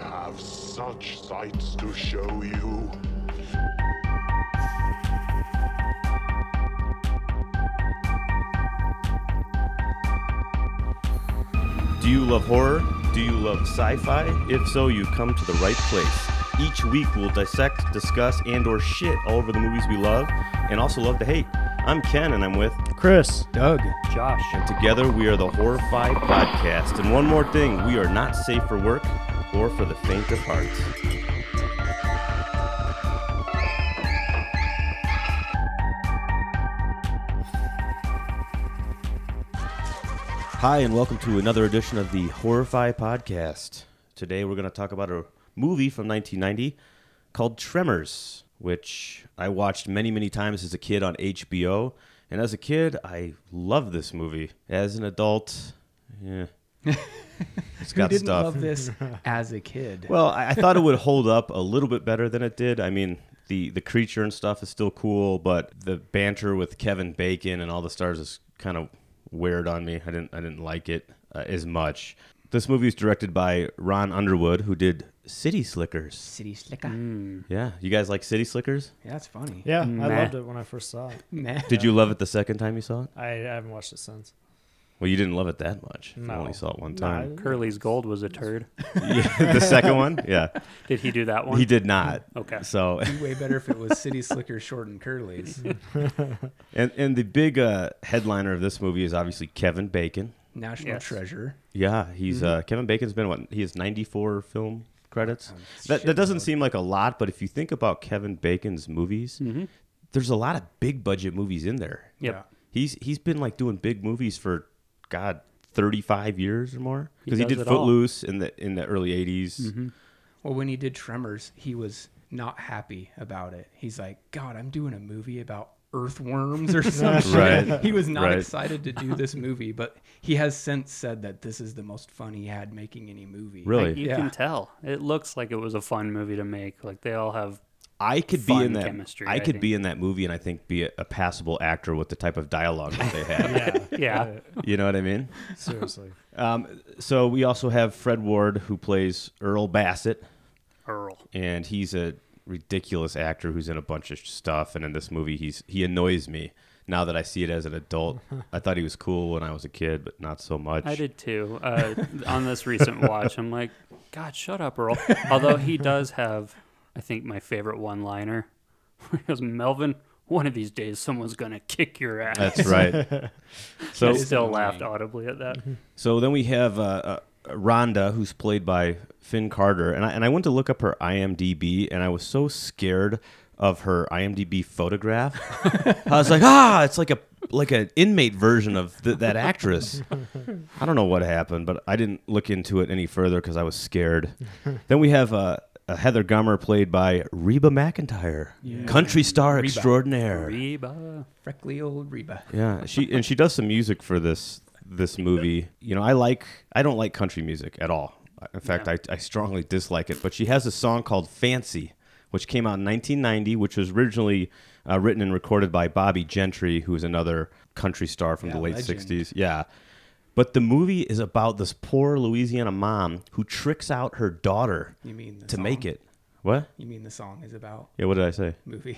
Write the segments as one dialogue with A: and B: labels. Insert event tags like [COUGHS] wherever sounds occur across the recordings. A: have such sights to show you.
B: Do you love horror? Do you love sci fi? If so, you've come to the right place. Each week, we'll dissect, discuss, and/or shit all over the movies we love and also love to hate. I'm Ken, and I'm with,
C: Chris.
D: Doug.
C: Josh.
B: and together we are the Horrify Podcast. And one more thing, we are not safe for work or for the faint of heart. Hi, and welcome to another edition of the Horrify Podcast. Today we're going to talk about a movie from 1990 called Tremors, which I watched many, many times as a kid on HBO. And as a kid, I loved this movie. As an adult,
D: [LAUGHS]
B: yeah. It's got
D: Who didn't
B: stuff. [LAUGHS]
D: love this as a kid?
B: Well, I, I thought it would hold up a little bit better than it did. I mean, the the creature and stuff is still cool, but the banter with Kevin Bacon and all the stars is kind of weird on me. I didn't I didn't like it uh, as much. This movie is directed by Ron Underwood, who did City Slickers.
D: City slicker.
B: Yeah, you guys like City Slickers?
D: Mm, Yeah, that's funny.
C: Yeah,
D: Nah.
C: I loved it when I first saw it.
D: [LAUGHS] Nah.
B: Did you love it the second time you saw it?
C: I, I haven't watched it since.
B: Well, you didn't love it that much. if you
C: No.
B: only saw it one
C: No,
B: time.
E: Uh, Curly's Gold was a
C: [LAUGHS]
E: turd.
B: [LAUGHS] Yeah, the second one, yeah,
E: Did he do that one?
B: he did not.
E: Okay.
B: So [LAUGHS]
D: It'd be way better if it was City Slicker short and curlies.
B: And and the big uh, headliner of this movie is obviously Kevin Bacon.
D: National
E: Yes.
D: treasure.
B: Yeah, he's
E: Mm-hmm.
B: uh, Kevin Bacon's been what he has ninety four film credits.
E: Oh,
D: it's
B: That that
D: shit
B: doesn't
D: load.
B: seem like a lot, but if you think about Kevin Bacon's movies, there's a lot of big budget movies in there.
E: Mm-hmm. Yep.
B: He's he's been like doing big movies for God thirty five years or more
E: He
B: because he, did
E: does it all. Mm-hmm.
B: Footloose in the in the early 80s
D: Well, when he did Tremors, he was not happy about it. He's like, God, I'm doing a movie about earthworms
B: [LAUGHS]
D: or something.
B: Right.
D: [LAUGHS] He was not
B: Right.
D: excited to do this movie, but he has since said that this is the most fun he had making any movie.
B: Really,
E: You
D: Yeah.
E: can tell. It looks like it was a fun movie to make. Like they all have.
B: I could be
E: fun
B: in that.
E: chemistry,
B: I
E: I
B: could
E: think.
B: be in that movie, and I think be a, a passable actor with the type of dialogue that
E: [LAUGHS]
B: they had.
C: [LAUGHS] Yeah.
E: Yeah.
B: You know what I mean?
C: Seriously.
B: Um, so we also have Fred Ward, who plays Earl Bassett,
E: Earl.
B: and he's a ridiculous actor who's in a bunch of stuff. And in this movie, he's he annoys me now that I see it as an adult. I thought he was cool when I was a kid, but not so much.
E: I did too. Uh, on this
C: [LAUGHS]
E: recent watch, I'm like, God, shut up, Earl. Although he does have, I think, my favorite one liner. [LAUGHS] He goes, Melvin, one of these days someone's going to kick your ass.
B: That's right.
E: I
B: so
E: still laughed audibly at that.
C: Mm-hmm.
B: So then we have uh, uh, Rhonda, who's played by Finn Carter, and I, and I went to look up her IMDb, and I was so scared of her IMDb photograph. I was like, ah, it's like a like an inmate version of th- that actress. I don't know what happened, but I didn't look into it any further because I was scared. then we have uh, uh, Heather Gummer, played by Reba McIntyre, country star extraordinaire.
E: Reba.
D: Freckly old Reba.
B: Yeah, she and she does some music for this this movie. You know, I like I don't like country music at all. In fact,
E: Yeah.
B: I, I strongly dislike it. But she has a song called "Fancy," which came out in 1990, which was originally uh, written and recorded by Bobby Gentry, who is another country star from
D: Yeah,
B: the late
D: legend.
B: 60s. Yeah. But the movie is about this poor Louisiana mom who tricks out her daughter
D: You mean the
B: to make
D: song?
B: it. What?
D: You mean the song is about
B: Yeah, what did I say?
D: movie?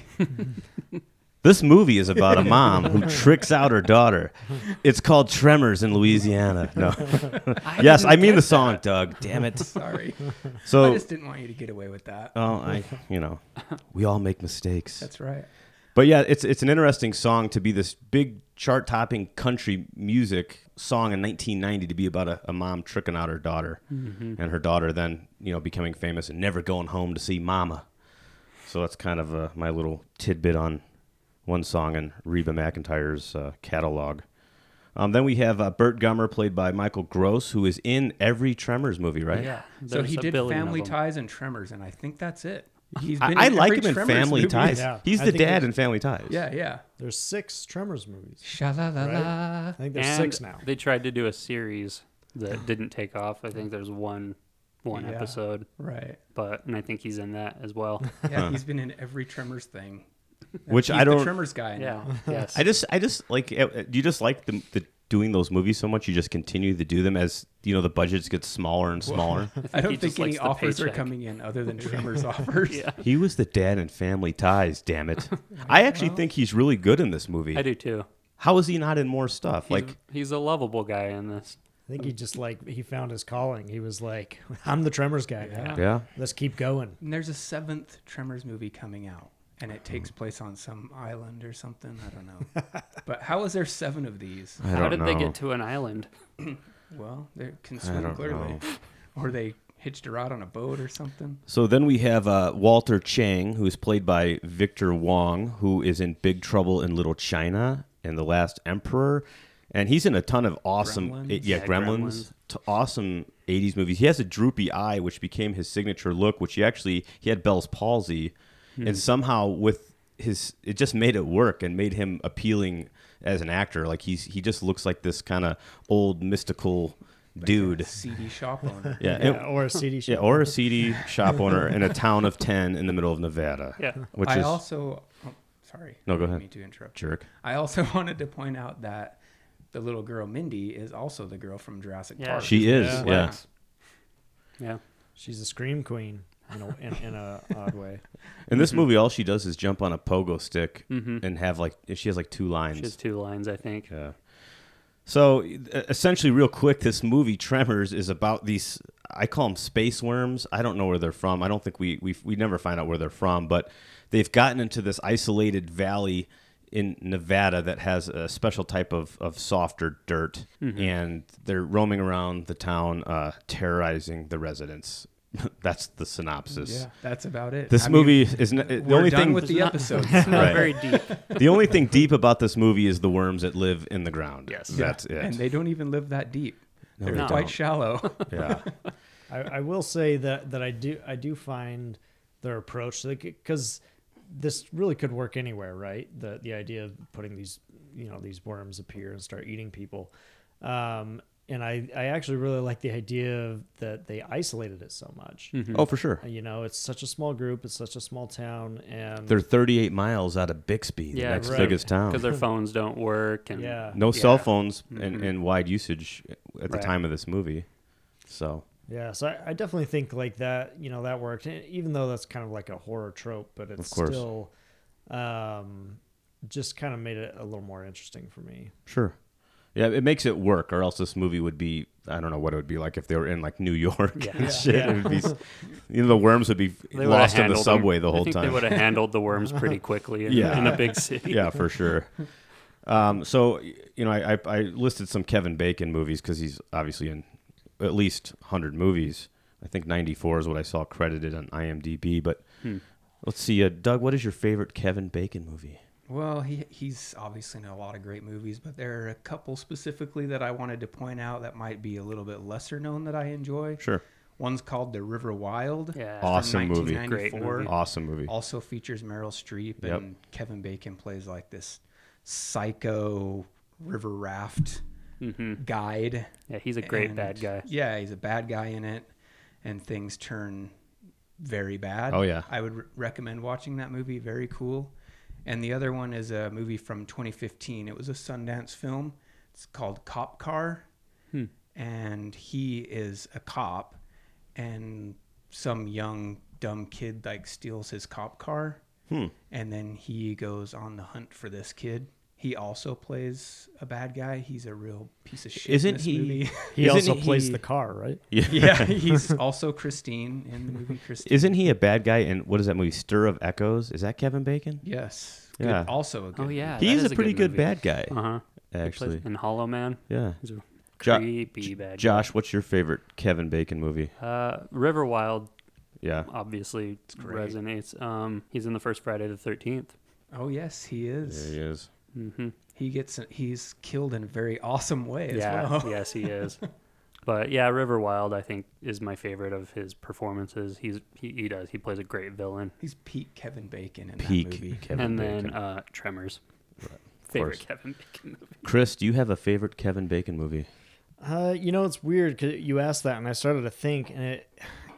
B: This movie is about
D: [LAUGHS]
B: a mom who tricks out her daughter. It's called Tremors in Louisiana.
D: [LAUGHS]
B: No. yes, I mean the song, Doug. Damn it.
D: Sorry. I
B: [LAUGHS] So,
D: just didn't want you to get away with that.
B: oh, I, you know, we all make mistakes.
D: That's right.
B: But yeah, it's it's an interesting song to be this big chart-topping country music song in 1990 to be about a, a mom tricking out her daughter,
D: Mm-hmm.
B: and her daughter then you know becoming famous and never going home to see mama. So that's kind of uh, my little tidbit on one song in Reba McIntyre's uh, catalog. Um, then we have uh, Bert Gummer, played by Michael Gross, who is in every Tremors movie, right?
E: Yeah.
D: so he
E: there's a
D: did
E: billion of
D: Family
E: them.
D: Ties and Tremors, and I think
B: [LAUGHS]
D: that's it. He's
B: I,
D: been
B: I like
D: every
B: him in
D: Tremors
B: Family
D: movie.
B: Ties.
C: Yeah.
B: He's
C: I
B: the
C: think
B: dad
C: it's-
B: in Family Ties.
D: Yeah, yeah.
C: There's six Tremors movies.
D: Sha-la-la-la.
C: I think there's six now.
E: They tried to do a series
C: [SIGHS]
E: that didn't take off. I think there's one one
D: Yeah.
E: episode,
D: Right.
E: but and I think he's in that as
C: [LAUGHS]
E: well.
D: Yeah, he's been in every Tremors thing.
B: Which
D: He's
B: I don't.
D: the Tremors guy
E: yeah.
D: now.
E: Yes.
B: eh, I just, I just like. uh, uh, Do you just like the the doing those movies so much, you just continue to do them as you know the budgets get smaller and smaller.
E: [LAUGHS]
D: I don't
E: he
D: think
E: just
D: any
E: likes the
D: offers are
E: paycheck.
D: coming in other
E: [LAUGHS]
D: than Tremors offers.
E: Yeah.
B: he was the dad in Family Ties. Damn
E: [LAUGHS]
B: it! I actually think he's really good in this movie.
E: I do too.
B: How is he not in more stuff?
E: He's,
B: like
E: he's a lovable guy in this.
C: I think he just like he found his calling. He was like, [LAUGHS] I'm the Tremors guy. now.
B: yeah.
C: Let's keep going.
D: And there's a seventh Tremors movie coming out, and it takes place on some island or something. I don't know.
E: [LAUGHS]
D: but how is there seven of these?
B: I
E: How
B: don't
E: did
B: know.
E: they get to an island?
D: Well, they can
B: I
D: swim
B: don't
D: clearly,
B: know.
D: or they hitched a rod on a boat or something.
B: So then we have uh, Walter Chang, who is played by Victor Wong, who is in Big Trouble in Little China and The Last Emperor, and he's in a ton of awesome, eh,
D: Gremlins?
B: yeah,
E: Yeah,
B: Gremlins,
E: Gremlins.
B: t- awesome '80s movies. He has a droopy eye, which became his signature look. Which he actually he had Bell's palsy, and somehow with his it just made it work and made him appealing as an actor. Like he's he just looks like this kind of old mystical dude.
D: CD shop owner.
B: Yeah, and-
C: Yeah, or a CD show.
B: yeah, or a CD shop owner in a town of 10 in the middle of Nevada.
E: Yeah.
B: Which
D: I
B: is
D: also, oh, sorry.
B: No, go
D: I didn't
B: ahead.
D: mean to interrupt. you.
B: jerk.
D: I also [LAUGHS] wanted to point out that the little girl Mindy is also the girl from Jurassic
E: Yeah.
D: Park.
B: She is,
E: Yeah.
B: yeah.
E: Yeah.
C: She's a scream queen in a, in, in a [LAUGHS] odd way.
B: In
E: Mm-hmm.
B: this movie, all she does is jump on a pogo stick
E: Mhm.
B: and have like, she has like two lines.
E: She has two lines, I think.
B: Yeah. So e- essentially, real quick, this movie Tremors is about these. I call them space worms. I don't know where they're from. I don't think we we we never find out where they're from, but they've gotten into this isolated valley in Nevada that has a special type of, of softer dirt,
D: Mm-hmm.
B: and they're roaming around the town, uh, terrorizing the residents. [LAUGHS] That's the synopsis.
D: Yeah, that's about it.
B: This
D: I mean,
B: movie is n- the
D: we're
B: only
D: done
B: thing [LAUGHS]
D: with the episode.
E: It's
B: Right.
E: not very
B: [LAUGHS]
E: deep.
B: the only thing deep about this movie is the worms that live in the ground.
E: Yes. Yeah.
B: that's it.
D: And they don't even live that deep.
B: No,
D: They're
B: they
D: quite
B: don't.
D: shallow. [LAUGHS]
B: yeah.
C: I, I will say that that I do I do find their approach because this really could work anywhere, right? The the idea of putting these you know these worms appear and start eating people, um, and I I actually really like the idea of that they isolated it so much.
B: Oh, for sure.
C: You know, it's such a small group, it's such a small town, and
B: They're 38 miles out of Bixby, the
E: Yeah,
B: next
C: right.
B: biggest town.
E: Because their phones don't work. And
C: yeah
B: No cell
E: Yeah. Mm-hmm.
B: phones and, and wide usage at the
E: Right.
B: time of this movie. So,
C: Yeah, so I, I definitely think like that, you know, that worked. E- Even though that's kind of like a horror trope, but it's
B: course.
C: still um, just kind of made it a little more interesting for me.
B: sure. Yeah, it makes it work, or else this movie would be, I don't know what it would be like if they were in like New York
E: Yeah.
B: and shit. It would be, s- you know, the worms would be
E: They would've
B: lost in the
E: handled
B: subway
E: them.
B: the
E: I
B: whole
E: think They
B: time.
E: would have handled
B: [LAUGHS]
E: the worms pretty quickly in,
B: Yeah.
E: in a big
B: [LAUGHS]
E: city.
B: yeah, for sure. Um, so y- you know, I, I, I listed some Kevin Bacon movies because he's obviously in at least hundred movies. I think ninety four is what I saw credited on IMDb. But
E: Hmm.
B: let's see, uh, Doug, what is your favorite Kevin Bacon movie?
D: well, he he's obviously in a lot of great movies, but there are a couple specifically that I wanted to point out that might be a little bit lesser known that I enjoy.
B: Sure,
D: One's called The River Wild.
E: Yeah.
D: from
B: Awesome movie.
D: 1994.
E: Great movie.
B: awesome movie.
D: Also features Meryl Streep
B: Yep.
D: and Kevin Bacon plays like this psycho river raft
B: Mm-hmm.
D: guide.
E: Yeah, he's a great
D: and-
E: bad guy.
D: Yeah, he's a bad guy in it, and things turn very bad.
B: Oh, yeah.
D: I would re- recommend watching that movie. Very cool. And the other one is a movie from 2015. It was a Sundance film. It's called Cop Car, and he is a cop, and some young dumb kid like steals his cop car, and then he goes on the hunt for this kid. He also plays a bad guy. He's a real piece of shit. in
B: Isn't
D: this
B: he-
D: Movie. [LAUGHS]
C: He
B: Isn't
C: also plays
B: he-
C: the car, right?
D: Yeah, he's also Christine in the movie
B: [LAUGHS]
D: Christine.
B: Isn't he a bad guy in what is that movie? Stir of Echoes. Is that Kevin Bacon?
D: yes.
B: Yeah.
D: Good. Also a good.
E: Oh, yeah. that
B: He's
E: is
B: a pretty good,
E: movie.
B: bad guy,
E: Uh-huh.
B: actually.
E: In Hollow Man.
B: Yeah.
E: He's a
B: Jo-
E: creepy bad
B: Josh, what's your favorite Kevin Bacon movie?
E: guy. Uh, River Wild
B: Yeah.
E: obviously
D: great.
E: resonates. Um, he's in the first Friday the 13th.
D: Oh yes, he
B: There
D: is.
B: he is.
E: Mm-hmm.
D: He gets he's killed in a very awesome way as
E: Yeah,
D: well.
E: [LAUGHS]
D: [LAUGHS]
E: yes, he is. But yeah, River Wild, I think, is my favorite of his performances. He's he, he does he plays a great villain.
D: He's peak Kevin Bacon in
B: Peak
D: that movie.
B: Kevin
E: and
B: Bacon.
E: then uh, Tremors,
B: course.
E: favorite Kevin Bacon
B: [LAUGHS]
E: movie.
B: Chris, do you have a favorite Kevin Bacon [LAUGHS] movie?
C: Uh, you know, it's weird 'cause you asked that, and I started to think, and it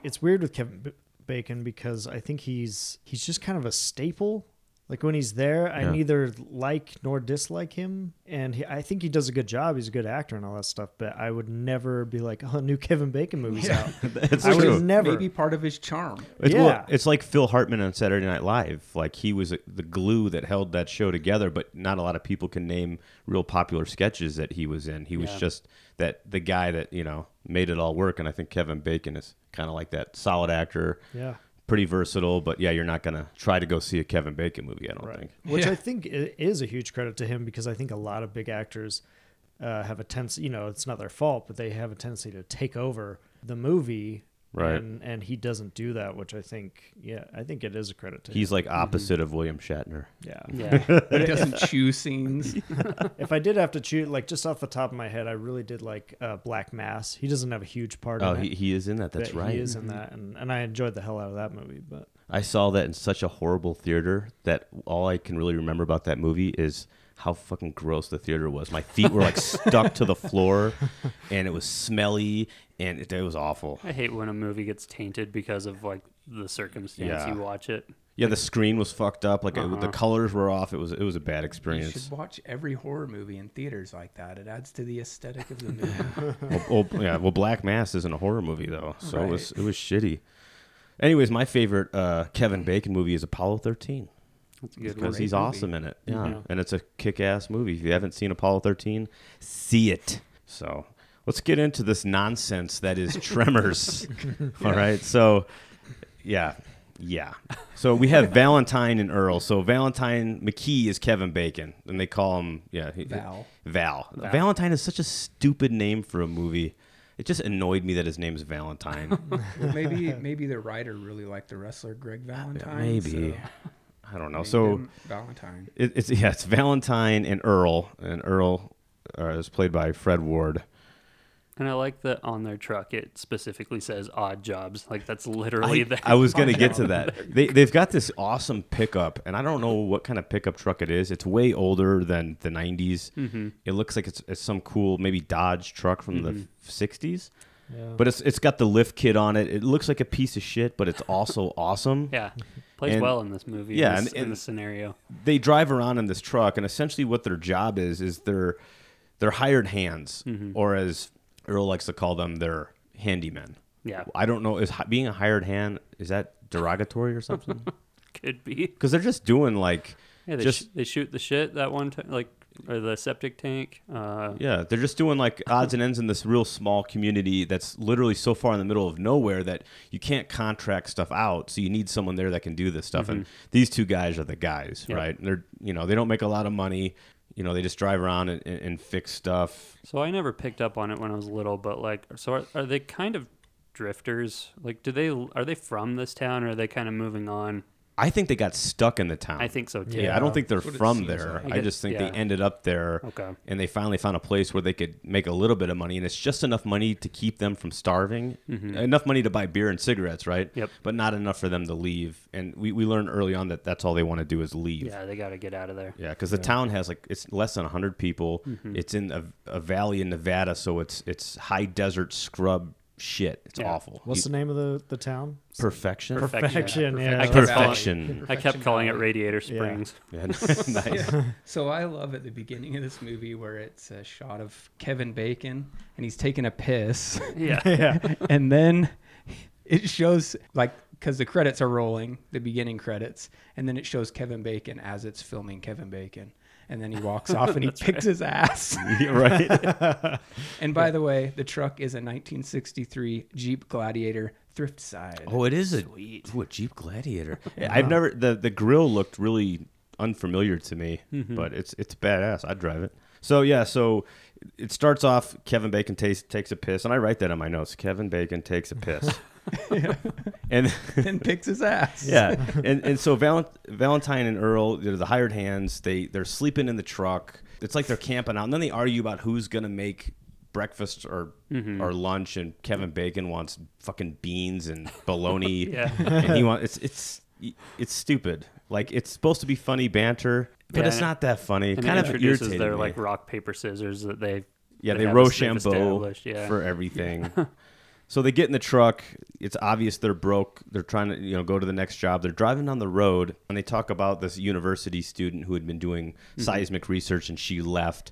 C: it's weird with Kevin B- Bacon because I think he's he's just kind of a staple Like when he's there, I
B: Yeah.
C: neither like nor dislike him, and he, I think he does a good job. He's a good actor and all that stuff. But I would never be like, "Oh, new Kevin Bacon movie's out."
B: It's
C: I would
B: true.
C: have never.
D: Maybe part of
B: [LAUGHS]
D: his charm.
B: It's, well,
C: Yeah.
B: it's like Phil Hartman on Saturday Night Live. Like he was uh, the glue that held that show together, but not a lot of people can name real popular sketches that he was in. He was
E: Yeah.
B: just that the guy that you know made it all work. And I think Kevin Bacon is kind of like that solid actor,
C: Yeah.
B: pretty versatile. But yeah, you're not gonna try to go see a Kevin Bacon movie. I don't think.
C: Which
D: Yeah.
C: I think i- is a huge credit to him because I think a lot of big actors uh, have a tendency, you know, it's not their fault, but they have a tendency to take over the movie.
B: Right.
C: And, and he doesn't do that, which I think, yeah, I think it is a credit to
B: He's
C: him.
B: like opposite of William Shatner.
C: Yeah.
E: Yeah.
D: He doesn't
B: [LAUGHS]
D: choose scenes.
C: if I did have to choose, like just off the top of my head, I really did like uh, Black Mass. He doesn't have a huge part
B: Oh,
C: in
B: he,
C: it.
B: he is in that. That's
C: but
B: right.
C: He is in that. And, and I enjoyed the hell out of that movie. But
B: I saw that in such a horrible theater that all I can really remember about that movie is how fucking gross the theater was. My feet were like stuck to the floor, and it was smelly, and it, it was awful.
E: I hate when a movie gets tainted because of like the circumstance
B: Yeah.
E: you watch it.
B: Yeah, the screen was fucked up. Like it, the colors were off. It was it was a bad
D: Uh-huh. You
B: experience.
D: should watch every horror movie in theaters like that. It adds to the aesthetic
B: [LAUGHS]
D: of the movie.
B: well, well, yeah, well, Black Mass isn't a horror movie though, so it was it was shitty. Anyways, my favorite uh, Kevin Bacon movie is Apollo 13.
E: That's a good
B: because
E: one.
B: he's
D: movie.
B: awesome in it. Yeah. And it's a kick ass movie. If you haven't seen Apollo 13, see it. So let's get into this nonsense that is Tremors. All right. So, yeah. Yeah. So we have Valentine and Earl. So Valentine McKee is Kevin Bacon, and they call him, yeah, he-
D: Val.
B: Val. Valentine is such a stupid name for a movie. It just annoyed me that his name is Valentine.
D: Well, maybe maybe the writer really liked the wrestler Greg Valentine.
B: Maybe.
D: so
B: I don't know.
D: made
B: So.
D: him Valentine.
B: It, it's yeah, it's Valentine and Earl, and Earl uh, is played by Fred Ward.
E: And I like that on their truck it specifically says odd jobs. Like that's literally
B: I,
E: the
B: I was gonna get to that. [LAUGHS] They they've got this awesome pickup, and I don't know what kind of pickup truck it is. It's way older than the '90s. It looks like it's, it's some cool maybe Dodge truck from the '60s.
C: yeah.
B: But it's it's got the lift kit on it. It looks like a piece of shit, but it's also awesome.
E: [LAUGHS] Yeah. Plays
B: And-
E: well in this movie.
B: yeah,
E: Yeah. In, this,
B: and-
E: in
B: and-
E: this scenario. [LAUGHS]
B: they drive around in this truck, and essentially what their job is is they're they're hired hands, or as Earl likes to call them, they're handymen.
E: Yeah.
B: I don't know. Is hi- being a hired hand is that derogatory or something? [LAUGHS]
E: Could be.
B: Because they're just doing like
E: Yeah, they,
B: just
E: sh- they shoot the shit that one time, like, or the septic tank. Uh,
B: yeah, they're just doing like odds and ends in this real small community that's literally so far in the middle of nowhere that you can't contract stuff out. So you need someone there that can do this stuff. And these two guys are the guys,
E: Yep.
B: right? And they're you know they don't make a lot of money. You know they just drive around and, and, and fix stuff.
E: So I never picked up on it when I was little, but like, so are, are they kind of drifters? Like, do they are they from this town or are they kind of moving on?
B: I think they got stuck in the town.
E: I think so too.
B: Yeah, I don't
C: Yeah.
B: think they're
D: That's what it
B: from
D: seems
B: there.
D: like.
B: I,
E: I
B: just
E: guess-
B: think they
E: yeah.
B: ended up there.
E: Okay.
B: And they finally found a place where they could make a little bit of money, and it's just enough money to keep them from starving. Enough money to buy beer and cigarettes, right?
E: Yep.
B: But not enough for them to leave. And we, we learned early on that that's all they want to do is leave.
E: Yeah, they got to get out of there.
B: Yeah, because the town has like it's less than hundred people. It's in a, a valley in Nevada, so it's it's high desert scrub shit. It's
E: Yeah.
B: awful.
C: What's the name of the, the town?
B: Perfection.
C: Perfection. Yeah.
E: I kept, calling,
B: Perfection.
E: I kept calling it Radiator Springs.
B: [LAUGHS] Yeah, [LAUGHS] nice. [LAUGHS]
D: Yeah. So I love at the beginning of this movie where it's a shot of Kevin Bacon and he's taking a piss,
E: Yeah.
C: yeah.
D: [LAUGHS] and then it shows like because the credits are rolling, the beginning credits, and then it shows Kevin Bacon as it's filming Kevin Bacon, and then he walks off [LAUGHS] and he picks his [LAUGHS] ass.
B: Yeah, right.
D: And by the way, the truck is a 1963 Jeep Gladiator thrift side.
B: Oh, it is a Ooh, a Jeep Gladiator. Yeah, [LAUGHS] I've never the the grill looked really unfamiliar to me, but it's it's badass. I'd drive it. So yeah, so it starts off. Kevin Bacon takes takes a piss, and I write that on my notes. Kevin Bacon takes a [LAUGHS] piss, and
D: [LAUGHS] and picks his ass.
B: yeah, and and so Valent- Valentine and Earl, they're the hired hands. They they're sleeping in the truck. It's like they're camping out, and then they argue about who's gonna make breakfast or
E: Mm-hmm.
B: or lunch. And Kevin Bacon wants fucking beans and bologna.
E: [LAUGHS] Yeah.
B: and he wants it's it's it's stupid. Like it's supposed to be funny banter, but
E: Yeah,
B: it's
E: and it-
B: not that funny. It
E: And
B: kind
E: it
B: of
E: introduces
B: irritated
E: their
B: me.
E: like rock paper scissors that they
B: Yeah,
E: they
B: they
E: have- they've
B: Rochambeau
E: [LAUGHS] established, yeah.
B: for everything. so they get in the truck. it's obvious they're broke. They're trying to you know go to the next job. They're driving down the road and they talk about this university student who had been doing
E: Mm-hmm.
B: seismic research and she left,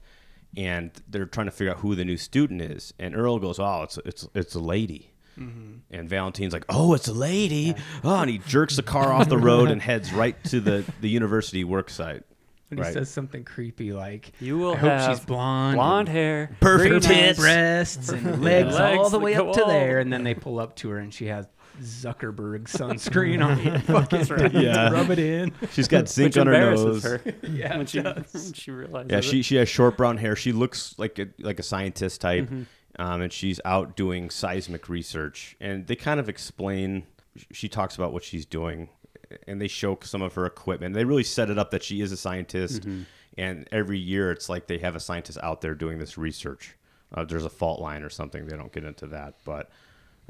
B: and they're trying to figure out who the new student is. And Earl goes, "Oh, it's it's it's a lady."
E: Mm-hmm.
B: And Valentine's like, "Oh, it's a lady!" Oh, and he jerks the car
E: [LAUGHS]
B: off the road and heads right to the the university work site.
D: But he says something creepy like,
E: You will
D: I hope
E: have
D: she's blonde.
E: blonde hair,
B: Perfect
E: green eyes,
B: tits.
D: breasts and legs, all
E: legs
D: the
E: that
D: way
E: go
D: up to
E: all-
D: there, and then they pull up to her and she has
B: [LAUGHS]
D: Zuckerberg sunscreen on. You fucking
E: right.
B: Yeah.
D: rub
B: [LAUGHS]
D: it in.
B: She's
E: [LAUGHS]
B: got zinc
E: which
B: on her
E: embarrasses
B: nose.
E: her
B: [LAUGHS]
D: Yeah,
E: when she
D: it does.
E: when she realizes.
B: Yeah,
E: it.
B: she she has short brown hair. She looks like a, like a scientist type,
E: Mm-hmm.
B: um, and she's out doing seismic research. And they kind of explain. She talks about what she's doing, and they show some of her equipment. They really set it up that she is a scientist,
E: Mm-hmm.
B: and every year it's like they have a scientist out there doing this research. Uh, there's a fault line or something. They don't get into that, but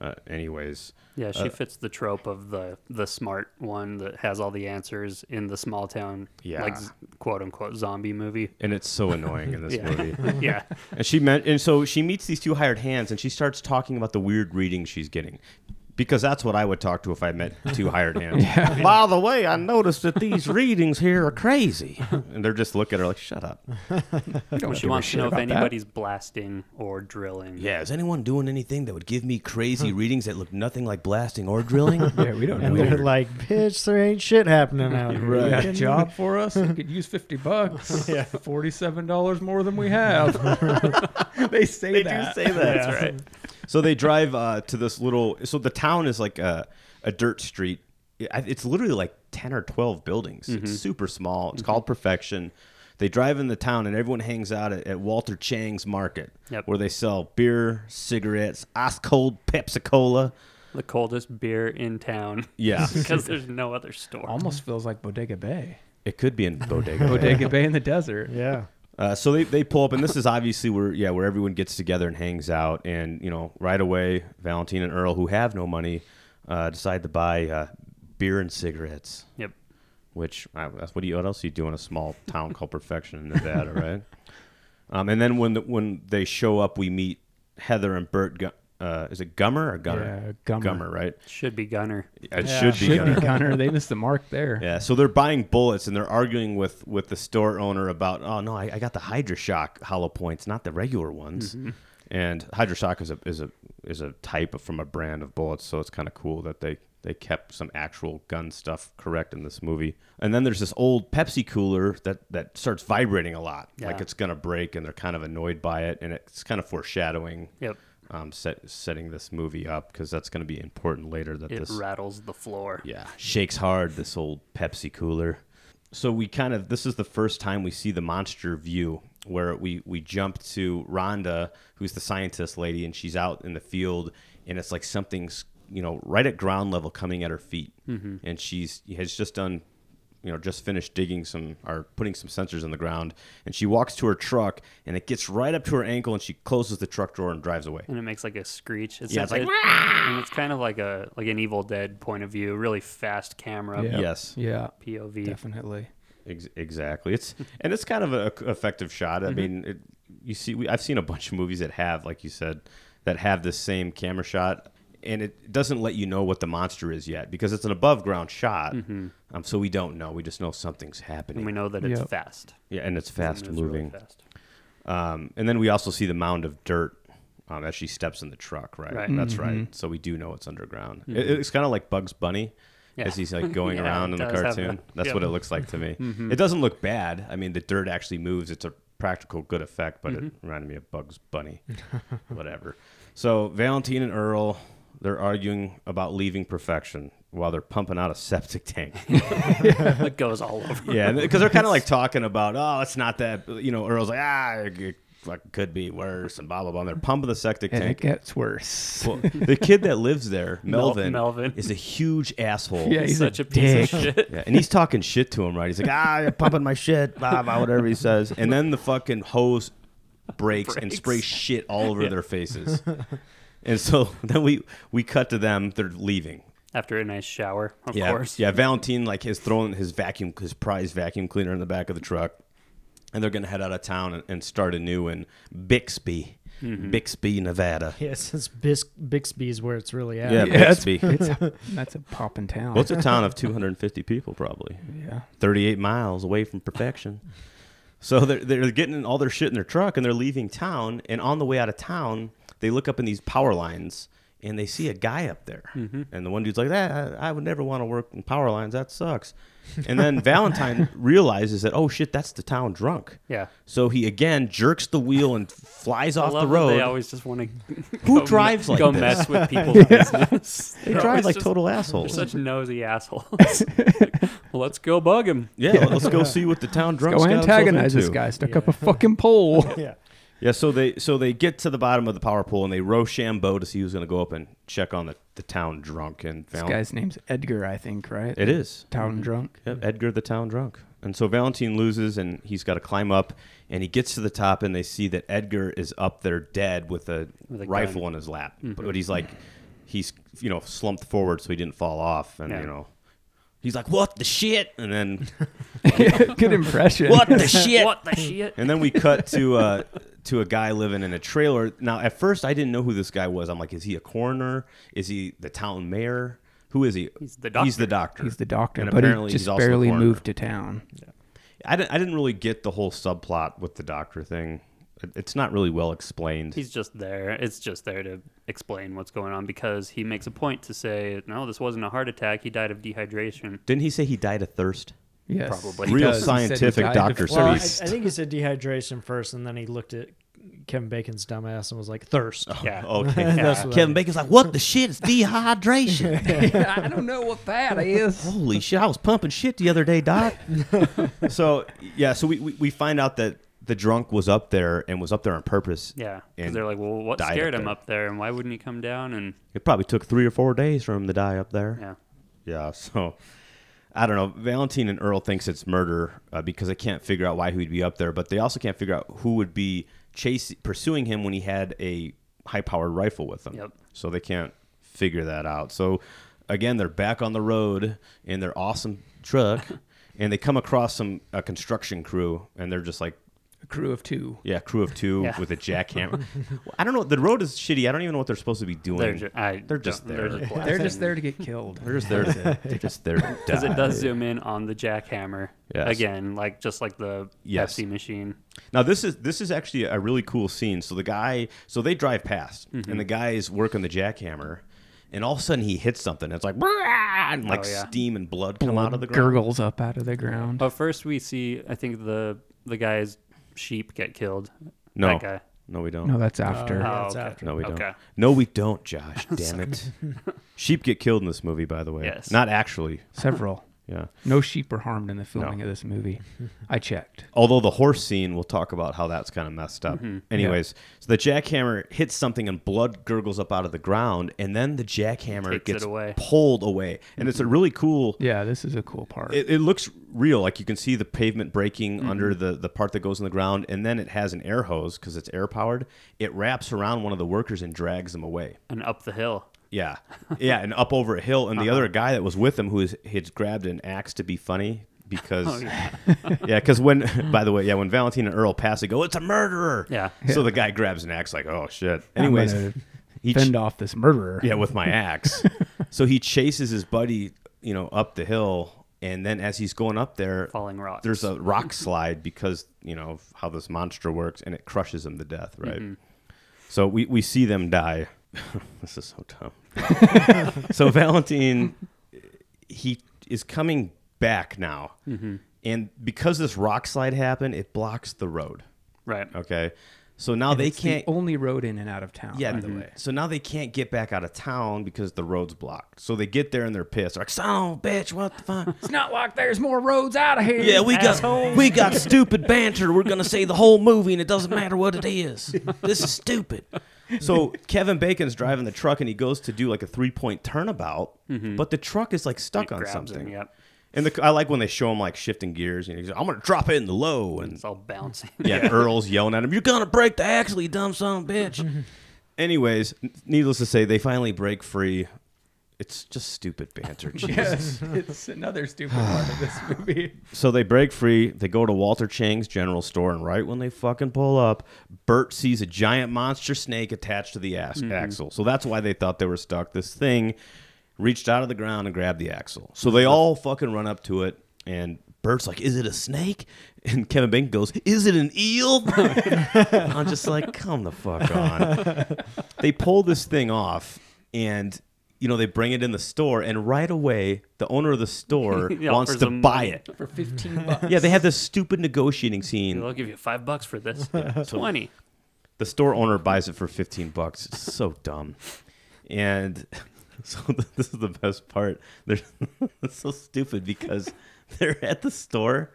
B: uh, anyways,
E: Yeah, she fits the trope of the the smart one that has all the answers in the small town,
B: Yeah.
E: like z- quote unquote zombie movie.
B: [LAUGHS] and it's so annoying in this
E: [LAUGHS] Yeah.
B: movie.
E: yeah,
B: And she meant, and so she meets these two hired hands, and she starts talking about the weird readings she's getting, because that's what I would talk to if I met two [LAUGHS] hired hands. By the way, I noticed that these readings here are crazy, [LAUGHS] and they're just looking at her like, "Shut up."
E: Well, she
B: give a
E: wants to
B: shit
E: know if
B: about that.
E: anybody's blasting or drilling.
B: Yeah, is anyone doing anything that would give me [LAUGHS] crazy readings that look nothing like blasting or drilling? yeah, we don't
C: And they're like, bitch, there ain't shit
B: [LAUGHS]
C: happening out here.
D: You
B: Right.
D: got a job for us? You could use
B: [LAUGHS]
D: fifty bucks.
C: Yeah.
D: forty-seven dollars more than we have. they say
B: They
D: that.
B: do say that. That's right. So they drive uh, to this little. So the town is like a, a dirt street. I- It's literally like ten or twelve buildings. It's super small. It's called Perfection. They drive in the town, and everyone hangs out at, at Walter Chang's Market,
E: Yep.
B: where they sell beer, cigarettes, ice cold Pepsi Cola.
E: the coldest beer in town. [LAUGHS]
B: [LAUGHS] Yeah,
E: because there's no other store.
D: Almost feels like Bodega
B: [LAUGHS]
D: Bay.
B: it could be in Bodega.
D: Bodega Bay in the desert.
C: [LAUGHS] Yeah.
B: Uh, so they, they pull up, and this is obviously where yeah where everyone gets together and hangs out, and you know right away Valentine and Earl, who have no money, uh, decide to buy uh, beer and cigarettes.
E: Yep.
B: Which I, that's what do you what else do you do in a small town called Perfection in Nevada, right? Um, and then when the, when they show up, we meet Heather and Bert. Gu- uh, is it Gummer or Gunner?
D: Yeah, Gummer.
B: right?
E: Should be Gunner.
B: It
C: Yeah.
B: should be
D: Should
B: Gunner.
D: be Gunner. They missed the mark there.
B: Yeah, so they're buying bullets and they're arguing with with the store owner about, oh no, I, I got the Hydra Shock hollow points, not the regular ones.
E: Mm-hmm.
B: And Hydra Shock is a is a is a type of, from a brand of bullets, so it's kind of cool that they they kept some actual gun stuff correct in this movie. And then there's this old Pepsi cooler that that starts vibrating a lot, like
E: Yeah.
B: it's gonna break, and they're kind of annoyed by it, and it's kind of foreshadowing.
E: Yep.
B: Um, set, setting this movie up because that's going to be important later. That
E: It
B: this
E: rattles the floor.
B: yeah, shakes hard this old Pepsi cooler. So we kind of this is the first time we see the monster view where we we jump to Rhonda, who's the scientist lady, and she's out in the field, and it's like something's you know right at ground level coming at her feet, and she's has just done you know just finished digging some or putting some sensors in the ground, and she walks to her truck, and it gets right up to her ankle, and she closes the truck door and drives away.
E: And it makes like a screech. It's,
B: Yeah, it's like,
E: and it's kind of like a like an Evil Dead point of view, really fast camera
D: Yeah.
B: Yes.
D: Yeah,
E: POV.
D: definitely.
B: Ex- exactly. It's and it's kind of a a effective shot. I
E: Mm-hmm.
B: mean, it, you see, we, I've seen a bunch of movies that have, like you said, that have this same camera shot, and it doesn't let you know what the monster is yet because it's an above ground shot. Um, so we don't know. We just know something's happening.
E: Mm-hmm. And we know that it's
D: Yep.
E: fast.
B: yeah, and it's fast
E: It moves really
B: moving.
E: fast.
B: Um, and then we also see the mound of dirt. Um, as she steps in the truck, right?
E: Right. Mm-hmm.
B: That's right. So we do know it's underground. It, it's kind of like Bugs Bunny
E: [LAUGHS] Yeah.
B: as he's like going
E: Yeah,
B: around
E: it
B: in the
E: does have
B: cartoon.
E: that. Mm-hmm.
B: That's
E: Yep.
B: what it looks like to me. It doesn't look bad. I mean, the dirt actually moves. It's a practical good effect, but it
E: Mm-hmm.
B: reminded me of Bugs
E: [LAUGHS]
B: Bunny. Whatever. So Valentine and Earl, they're arguing about leaving perfection while they're pumping out a septic tank.
E: it goes all [LAUGHS] over.
B: Yeah, because they're kind of like talking about, oh, it's not that. You know, Earl's like, ah, it, it fucking could be worse, and blah blah blah. And they're pumping the septic
D: And it [LAUGHS]
B: tank.
D: gets worse.
B: Well, the kid that lives there, Melvin,
E: Melvin.
B: is a huge asshole.
D: yeah, he's
E: Such
D: a,
E: a piece
D: dick.
E: of
B: [LAUGHS]
E: shit.
B: Yeah, and he's talking shit to him, right? He's like, ah, you're pumping my shit, blah blah, whatever he says. And then the fucking hose breaks, and
E: Breaks.
B: sprays shit all over their faces. And so [LAUGHS] then we we cut to them. They're leaving.
E: After a nice shower, of
B: yeah,
E: course.
B: Yeah, Valentine like has thrown his vacuum, his prize vacuum cleaner in the back of the truck, and they're gonna head out of town and, and start anew in Bixby,
E: Mm-hmm.
B: Bixby, Nevada.
C: Yes, it's Bis- Bixby's where it's really at.
B: Yeah,
D: Yeah, it's-
B: Bixby.
D: It's a, that's a poppin' town.
B: well, it's a town of 250 people, probably.
D: yeah.
B: 38 miles away from perfection. [LAUGHS] So they're, they're getting all their shit in their truck and they're leaving town. And on the way out of town, they look up in these power lines and they see a guy up there.
E: Mm-hmm.
B: And the one dude's like, ah, I would never want to work in power lines. That sucks. And then
E: [LAUGHS]
B: Valentine realizes that, oh shit, that's the town drunk.
E: Yeah.
B: So he again jerks the wheel and flies
E: I
B: off the
E: love that
B: road.
E: They always just want to.
B: Who drives like
E: go
B: this?
E: mess
B: [LAUGHS]
E: with people's business.
B: They
E: They're
B: drive
E: always
B: like
E: just-
B: total
E: They're
B: assholes. [LAUGHS]
E: such nosy assholes. [LAUGHS] Like, well, let's go bug him. [LAUGHS]
B: yeah, let's go see what the town drunk
D: Go antagonize this guy stuck up a
B: [LAUGHS]
D: fucking pole.
C: Yeah.
B: Yeah, so they so they get to the bottom of the power pool and they Rochambeau to see who's going to go up and check on the, the town drunk and
D: this
B: Val-
D: guy's name's Edgar, I think, right?
B: It is
D: Town drunk. [LAUGHS]
B: yep,
E: Hmm.
B: Edgar the town drunk, and so Valentine loses and he's got to climb up and he gets to the top and they see that Edgar is up there dead with a,
E: With a
B: rifle
E: gun. Mm-hmm.
B: in his lap, but he's like he's you know slumped forward so he didn't fall off and
E: Yeah.
B: you know he's like what the shit and
E: [LAUGHS]
B: then
D: Good impression.
B: what the shit
E: What the shit?
B: And then we cut to uh, to a guy living in a trailer. Now, at first, I didn't know who this guy was. I'm like, is he a coroner? Is he the town mayor? Who is he?
E: He's the
B: He's the
E: doctor.
B: doctor.
D: He's the doctor,
B: And
D: but he
B: apparently
D: just
B: he's also a
D: barely
B: coroner.
D: moved to town.
B: I didn't, I didn't really get the whole subplot with the doctor thing. It- It's not really well explained.
E: He's just there. It's just there to explain what's going on because he makes a point to say, no, this wasn't a heart attack. He died of dehydration.
B: didn't he say he died of thirst?
D: Yes.
E: Probably.
D: He
B: Real
D: does. He said he
B: scientific
D: died of
B: doctor
D: thirst.
C: Well, I, I
B: Thirst.
C: think he said dehydration first, and then he looked at Kevin Bacon's dumbass and was like, thirst.
B: Oh,
E: Yeah.
B: [LAUGHS] Okay.
C: That's what I
B: Kevin
C: mean.
B: Bacon's like, what the shit? It's dehydration.
D: [LAUGHS] I don't know what that is.
B: Holy shit, I was pumping shit the other day,
E: [LAUGHS]
B: Doc. so, yeah, so we, we, we find out that the drunk was up there and was up there on purpose.
E: Yeah. Because
B: And
E: they're like, well, what
B: died up
E: scared him
B: there.
E: up there and why wouldn't he come down? And
B: It probably took three or four days for him to die up there.
E: yeah.
B: Yeah, [LAUGHS] so I don't know. Valentine and Earl thinks it's murder uh, because they can't figure out why he would be up there, but they also can't figure out who would be chase pursuing him when he had a high-powered rifle with him.
E: Yep.
B: So they can't figure that out. So again, they're back on the road in their awesome
E: [LAUGHS]
B: truck, and they come across some a construction crew, and they're just like.
D: A crew of two.
B: Yeah, crew of two
E: Yeah.
B: with a
E: [LAUGHS]
B: jackhammer. Well, I don't know. The road is shitty. I don't even know what they're supposed to be doing.
E: They're, ju- I
B: They're just
E: don't-
B: there. [LAUGHS]
D: They're just there to get killed.
B: They're just there. To, they're just there.
E: [LAUGHS]
B: to
E: Because it
B: die.
E: does zoom in on the jackhammer
B: Yes.
E: again, like just like the
B: Yes.
E: Pepsi machine.
B: Now this is this is actually a really cool scene. So the guy, so they drive past,
E: Mm-hmm.
B: and the guy is working the jackhammer, and all of a sudden he hits something. It's like, "Brah!" and like
E: Oh, yeah.
B: steam and blood come out of the ground. Oh.
D: Gurgles up out of the ground.
E: But first, we see I think the the guy's sheep get killed.
B: No,
E: That guy.
B: no, we don't.
D: No,
B: No,
D: that's after.
B: Uh,
C: Yeah, Uh, it's
E: okay.
C: after.
B: we don't.
E: Okay.
B: No, we don't. [LAUGHS] Josh, damn it. Sheep get killed in this movie, by the way.
E: Yes.
B: Not actually.
D: Several.
B: Yeah.
D: No sheep were harmed in the filming of this movie.
B: [LAUGHS]
D: I checked.
B: Although the horse scene, we'll talk about how that's kind of messed up.
E: Mm-hmm.
B: Anyways, so the jackhammer hits something and blood gurgles up out of the ground, and then the jackhammer
E: Takes it
B: gets
E: away.
B: pulled away, and it's a really cool.
D: Yeah, this is a cool part.
B: It, it looks real, like you can see the pavement breaking under the the part that goes in the ground, and then it has an air hose because it's air powered. It wraps around one of the workers and drags them away.
E: And up the hill.
B: Yeah, yeah, and up over a hill, and the other guy that was with him, who is had grabbed an axe to be funny because, [LAUGHS] yeah, because when, by the way, yeah, when Valentine and Earl pass, they go, "It's a murderer."
E: Yeah.
B: So the guy grabs an axe, like, "Oh shit." Anyways,
D: gonna
B: he
D: Fend off this murderer.
B: yeah, with my axe. so he chases his buddy, you know, up the hill, and then as he's going up there,
E: Falling rocks.
B: There's a rock slide because you know of how this monster works, and it crushes him to death, right? So we we see them die. [LAUGHS] this is so dumb. so Valentine, he is coming back now, and because this rock slide happened, it blocks the road.
E: Right.
B: Okay, so now they
D: It's
B: can't.
D: the only road in and out of town. Mm-hmm.
B: Yeah.
E: Mm-hmm.
B: So now they can't get back out of town because the road's blocked. So they get there and they're pissed. They're like, son of a bitch, what the
E: [LAUGHS]
B: fuck?
D: It's not like there's more roads out of here.
B: yeah, we got we got stupid banter. We're gonna say the whole movie and it doesn't matter what it is. This is stupid. So Kevin Bacon's driving the truck and he goes to do like a three point turnabout, but the truck is like stuck on
E: Mm-hmm. Grabs
B: something.
E: him. Yep.
B: And the, I like when they show him like shifting gears and he's like, I'm gonna drop it in the low and
E: It's all bouncing.
B: [LAUGHS] yeah, Earl's yelling at him, You're gonna break the axle, [LAUGHS] you dumb son of a bitch. Anyways, n- needless to say, they finally break free. It's just stupid banter. [LAUGHS] Jesus.
D: [LAUGHS] Yes, it's another stupid part of this movie.
B: So they break free. They go to Walter Chang's general store, and right when they fucking pull up, Bert sees a giant monster snake attached to the ax-
E: Mm-hmm.
B: axle. So that's why they thought they were stuck. This thing reached out of the ground and grabbed the axle. So they all fucking run up to it, and Bert's like, "Is it a snake?" [LAUGHS] And Kevin Bacon goes, "Is it an eel?" [LAUGHS] I'm just like, "Come the fuck on." they pull this thing off, and. You know, they bring it in the store, and right away, the owner of the store
E: [LAUGHS] He
B: wants
E: offers
B: to
E: them
B: buy
E: money.
B: it.
D: For 15 bucks.
B: Yeah, they had this stupid negotiating
E: Dude,
B: scene.
E: I'll give you five bucks
B: [LAUGHS]
E: for this. Twenty.
B: The store owner buys it for 15 bucks. It's so dumb. And [LAUGHS] so th- this is the best part. They're [LAUGHS] it's so stupid because [LAUGHS] they're at the store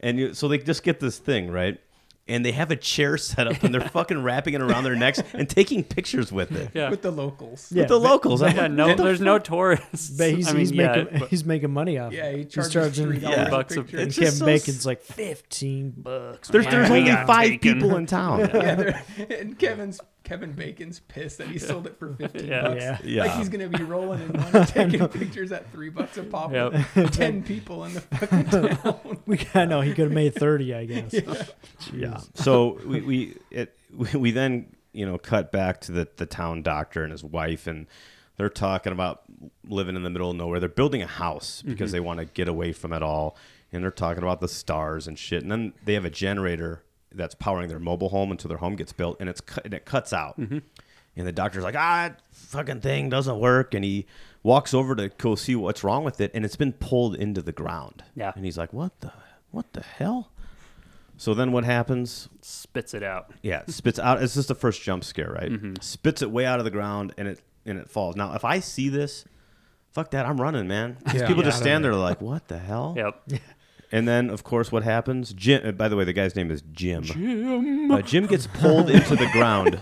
B: and you, so they just get this thing, right? And they have a chair set up and they're fucking wrapping it around their necks and taking pictures with it.
E: Yeah.
D: With the locals.
C: Yeah,
B: with the
C: but-
B: locals. I'm
E: yeah,
B: like,
E: no, there's no tourists.
C: But he's,
E: I mean,
C: he's
E: yeah,
C: making
E: but
C: [LAUGHS] he's making money off.
D: Yeah,
C: it.
D: he
C: He's
D: charges $3
C: charging. Yeah,
E: a bucks a
D: picture.
C: and
B: It's
C: Kevin
B: just so
C: Bacon's like fifteen bucks.
B: there's,
E: Yeah,
B: there's
E: we
B: only
E: got
B: five
E: taken.
B: people in town.
D: [LAUGHS] Yeah, they're- and Kevin's Kevin Bacon's pissed that he sold it for 15
E: Yeah.
D: bucks.
C: Yeah.
B: Yeah.
D: Like he's going to be
B: [LAUGHS]
D: rolling in money, taking pictures at 3 bucks a pop with 10 people in the fucking town.
C: [LAUGHS] We I know he could have made thirty, I
B: [LAUGHS]
C: guess.
B: Yeah. So we we it we, we then you know cut back to the the town doctor and his wife and they're talking about living in the middle of nowhere. They're building a house because they want to get away from it all and they're talking about the stars and shit. And then they have a generator that's powering their mobile home until their home gets built and it's cut and it cuts out. And the doctor's like, "Ah, that fucking thing doesn't work." And he walks over to go see what's wrong with it and it's been pulled into the ground.
E: Yeah.
B: And he's like, "What the what the hell?" So then what happens?
E: [LAUGHS] spits it out.
B: Yeah, it spits out. It's just the first jump scare, right?
E: Mm-hmm.
B: Spits it way out of the ground and it and it falls. Now, if I see this, fuck that, I'm running, man.
D: [LAUGHS]
B: 'Cause
D: Yeah.
B: people
D: Yeah,
B: just
D: I don't
B: stand there like, what the hell?
E: Yep.
B: [LAUGHS] And then, of course, what happens? Jim. uh, By the way, the guy's name is Jim. Jim. Uh, Jim gets pulled into the ground,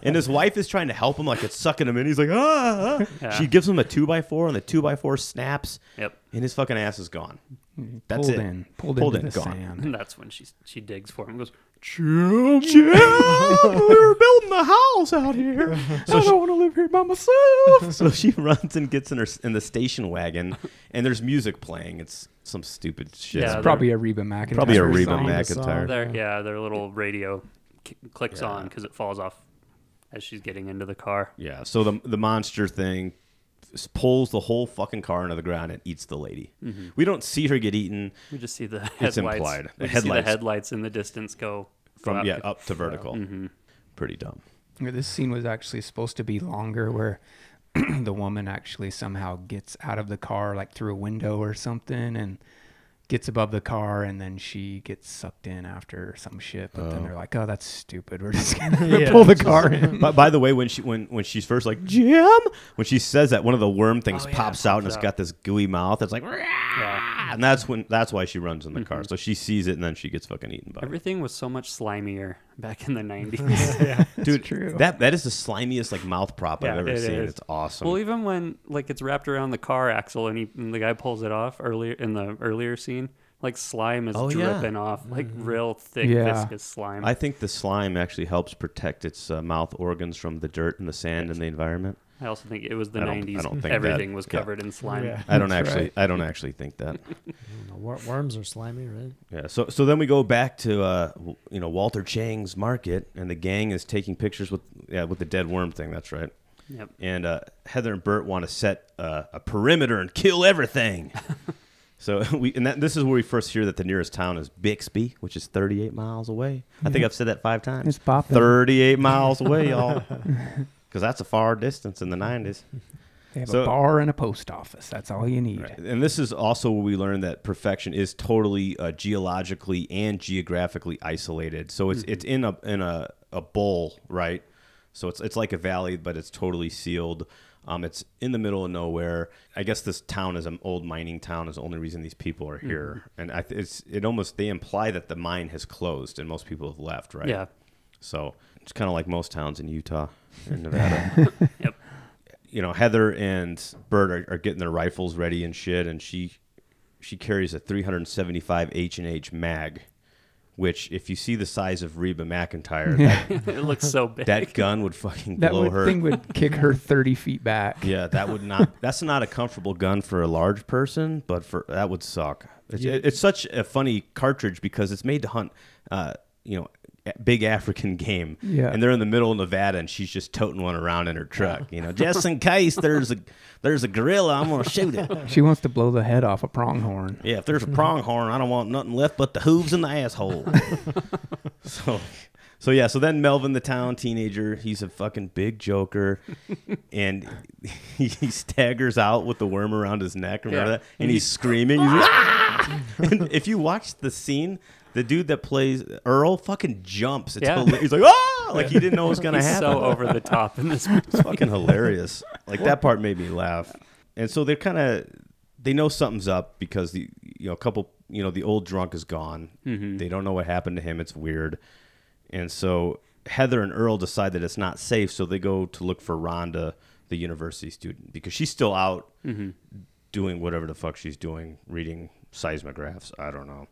B: [LAUGHS] and his wife is trying to help him, like it's sucking him in. He's like, ah. ah."
E: Yeah.
B: She gives him a two by four, and the two by four snaps.
E: Yep. [LAUGHS]
B: And his fucking ass is gone. That's
D: Mm-hmm. pulled
B: it.
D: in. Pulled,
B: Pulled
D: into
B: in,
D: the
B: gone.
D: sand.
E: And that's when she she digs for him. and Goes.
B: Jim, Jim, [LAUGHS] we're building a house out here. I don't want to live here by myself. [LAUGHS] So she runs and gets in her in the station wagon, and there's music playing. It's some stupid shit.
E: Yeah,
B: It's
D: Probably a Reba McIntyre.
B: probably a
C: That's her
B: Reba
D: song.
C: Mac- song.
B: McIntyre.
E: Their yeah, their little radio k- clicks on 'cause on because it falls off as she's getting into the car.
B: Yeah. So the the monster thing s- pulls the whole fucking car into the ground and eats the lady. We don't see her get eaten
E: We just see the headlights.
B: implied. The
E: We just see the
B: headlights.
E: headlights in the distance go go
B: from
E: out.
B: yeah up to vertical. Pretty dumb.
D: Yeah, This scene was actually supposed to be longer where [CLEARS THROAT] the woman actually somehow gets out of the car like through a window or something and gets above the car and then she gets sucked in after some shit. But then they're like, oh, that's stupid. We're [LAUGHS] just going to
C: Yeah,
D: pull the [LAUGHS]
C: just-
D: car in.
B: by, by the way, when she when when she's first like Jim, when she says that, one of the worm things
E: Oh, yeah,
B: pops out and
E: pops
B: it's
E: out.
B: got this gooey mouth. It's like, "Rah!" and that's when that's why she runs in the
E: Mm-hmm.
B: car. So she sees it and then she gets fucking eaten by. it.
E: Everything was so much slimier back in the nineties.
B: [LAUGHS]
E: [LAUGHS]
B: Dude,
D: true.
B: that that is the slimiest like mouth prop I've
E: Yeah,
B: ever
E: it
B: seen.
E: is.
B: It's awesome.
E: well, even when like it's wrapped around the car axle and, he, and the guy pulls it off earlier in the earlier scene, like slime is
B: Oh, yeah. Mm-hmm.
E: dripping off, like real thick
D: Yeah.
E: viscous slime.
B: I think the slime actually helps protect its uh, mouth organs from the dirt and the sand and the environment.
E: I also think it was the
B: I don't- I
E: nineties.
B: don't think that-
E: Everything was
B: yeah.
E: covered in slime.
C: Yeah.
B: I don't
D: That's
B: actually.
D: right.
B: I don't actually think
E: [LAUGHS]
B: that.
C: No, wor- worms are slimy,
B: [LAUGHS]
C: right?
B: Yeah. So so then we go back to uh, w- you know Walter Chang's market, and the gang is taking pictures with yeah with the dead worm thing. That's right.
E: Yep.
B: And uh, Heather and Bert want to set uh, a perimeter and kill everything. so [LAUGHS] we and that, this is where we first hear that the nearest town is Bixby, which is 38 miles away. I think I've said that five times.
D: It's popping.
B: 38 miles away, y'all. [LAUGHS] Because that's a far distance in the 90s.
D: They have
B: So-
D: a bar and a post office. That's all you need.
B: And this is also where we learn that perfection is totally uh, geologically and geographically isolated. So it's it's in a in a, a bowl, right? So it's it's like a valley, but it's totally sealed. Um, it's in the middle of nowhere. I guess this town is an old mining town. Is the only reason these people are here. And I, th- it's it almost they imply that the mine has closed and most people have left, right?
E: Yeah. [LAUGHS]
B: So it's kind of like most towns in Utah and Nevada
D: [LAUGHS]
E: Yep.
B: you know Heather and Bert are, are getting their rifles ready and shit, and she she carries a 375 H and H mag which if you see the size of Reba
D: [LAUGHS]
B: McIntyre, that,
E: it looks so big.
B: that gun would fucking
D: That
B: blow
D: would,
B: her.
D: thing
B: [LAUGHS]
D: would kick her 30 feet back.
B: yeah, that would not. That's not a comfortable gun for a large person, but for that would suck. It's,
C: Yeah.
B: it's such a funny cartridge because it's made to hunt, uh, you know, a- big African game.
D: Yeah.
B: and they're in the middle of Nevada, and she's just toting one around in her truck. You know, just in case there's a there's a gorilla, I'm gonna shoot it.
D: She wants to blow the head off
B: [LAUGHS]
D: a pronghorn.
B: Yeah, if there's a pronghorn, I don't want nothing left but the hooves and the asshole. so, so yeah. So then Melvin, the town teenager, he's a fucking big joker, and he, he staggers out with the worm around his neck. Remember
E: Yeah.
B: that? And he's screaming. He's like, "Ah!" and if you watch the scene, the dude that plays Earl fucking jumps. It's
E: Yeah.
B: hila- he's like ah, like he didn't know what was gonna
E: He's
B: happen.
E: so over the
B: [LAUGHS]
E: top in this
B: It's fucking hilarious. Like that part made me laugh. And so they're kind of they know something's up because the you know a couple you know the old drunk is gone. They don't know what happened to him. It's weird. And so Heather and Earl decide that it's not safe, so they go to look for Rhonda, the university student, because she's still out doing whatever the fuck she's doing, reading seismographs. I don't know.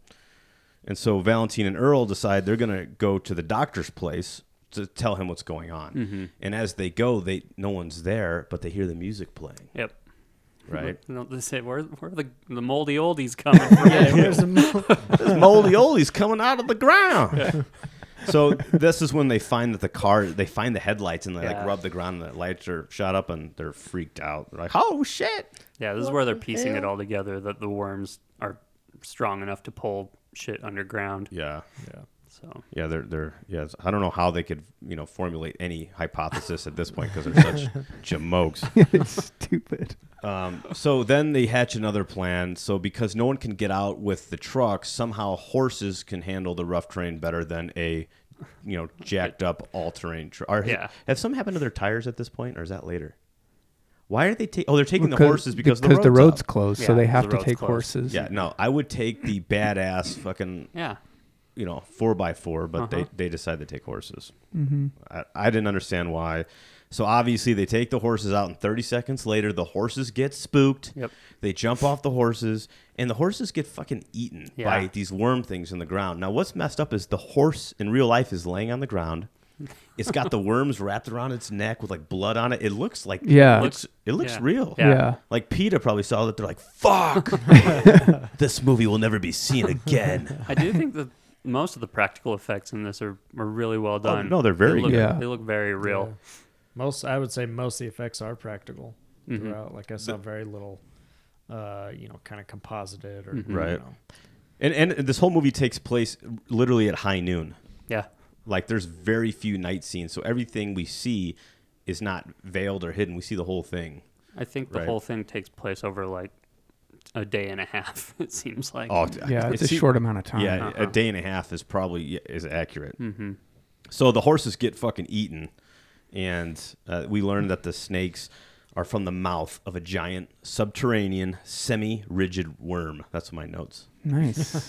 B: And so Valentine and Earl decide they're going to go to the doctor's place to tell him what's going on. And as they go, they no one's there, but they hear the music playing,
E: Yep. [LAUGHS]
B: right?
E: You know, they say where where are the the moldy oldies coming
B: [LAUGHS]
E: from?
C: There's a mo-
B: this moldy oldie's coming out of the ground. [LAUGHS] So this is when they find that the car, they find the headlights and they
E: Yeah.
B: like rub the ground and the lights are shot up and they're freaked out. They're like, oh shit.
E: Yeah, this is where they're piecing it all together that the worms are strong enough to pull shit underground.
B: Yeah.
C: yeah.
E: So
B: Yeah, they're they're yes. I don't know how they could you know formulate any hypothesis at this point because they're such jamokes.
D: it's stupid.
B: Um, so then they hatch another plan. So because no one can get out with the truck, somehow horses can handle the rough terrain better than a you know jacked up all terrain truck.
E: Yeah.
B: Have some happened to their tires at this point, or is that later? Why are they taking? Oh, they're taking the
D: Because-
B: horses because,
D: because
B: the roads. up.
D: closed,
E: Yeah,
D: so they have
E: the
D: to
E: road's
D: take
E: closed.
D: horses.
B: Yeah, no, I would take the badass fucking
E: yeah,
B: you know four by four, but they
E: Uh-huh.
B: they decide to take horses. Mm-hmm. I, I didn't understand why. So obviously they take the horses out, and 30 seconds later the horses get spooked.
E: Yep.
B: They jump off the horses, and the horses get fucking eaten
E: Yeah.
B: by these worm things in the ground. Now what's messed up is the horse in real life is laying on the ground. It's got
D: [LAUGHS]
B: the worms wrapped around its neck with like blood on it. It looks like
D: Yeah.
B: it looks, it looks
E: Yeah.
B: real.
E: Yeah.
D: Yeah.
B: Like PETA probably saw that they're like,
D: [LAUGHS]
B: fuck, [LAUGHS] this movie will never be seen again.
D: [LAUGHS]
E: I do think that most of the practical effects in this are, are really well done.
B: Oh, no, they're very
E: they look,
D: good. Yeah.
E: They look very real.
C: Most, I would say, most of the effects are practical
B: Mm-hmm.
C: throughout. Like I saw very little, uh, you know, kind of composited or you
B: Mm-hmm. Right.
C: know.
B: And and this whole movie takes place literally at high noon.
E: Yeah.
B: Like there's very few night scenes, so everything we see is not veiled or hidden. We see the whole thing.
E: I think the
B: Right.
E: whole thing takes place over like a day and a half. [LAUGHS] It seems like.
D: Yeah, Oh, it's a
B: see-
D: short amount of time.
B: Yeah, a day and a half is probably is accurate. Mm-hmm. So the horses get fucking eaten, and uh, we learn that the snakes are from the mouth of a giant subterranean semi-rigid worm. That's my notes.
D: Nice.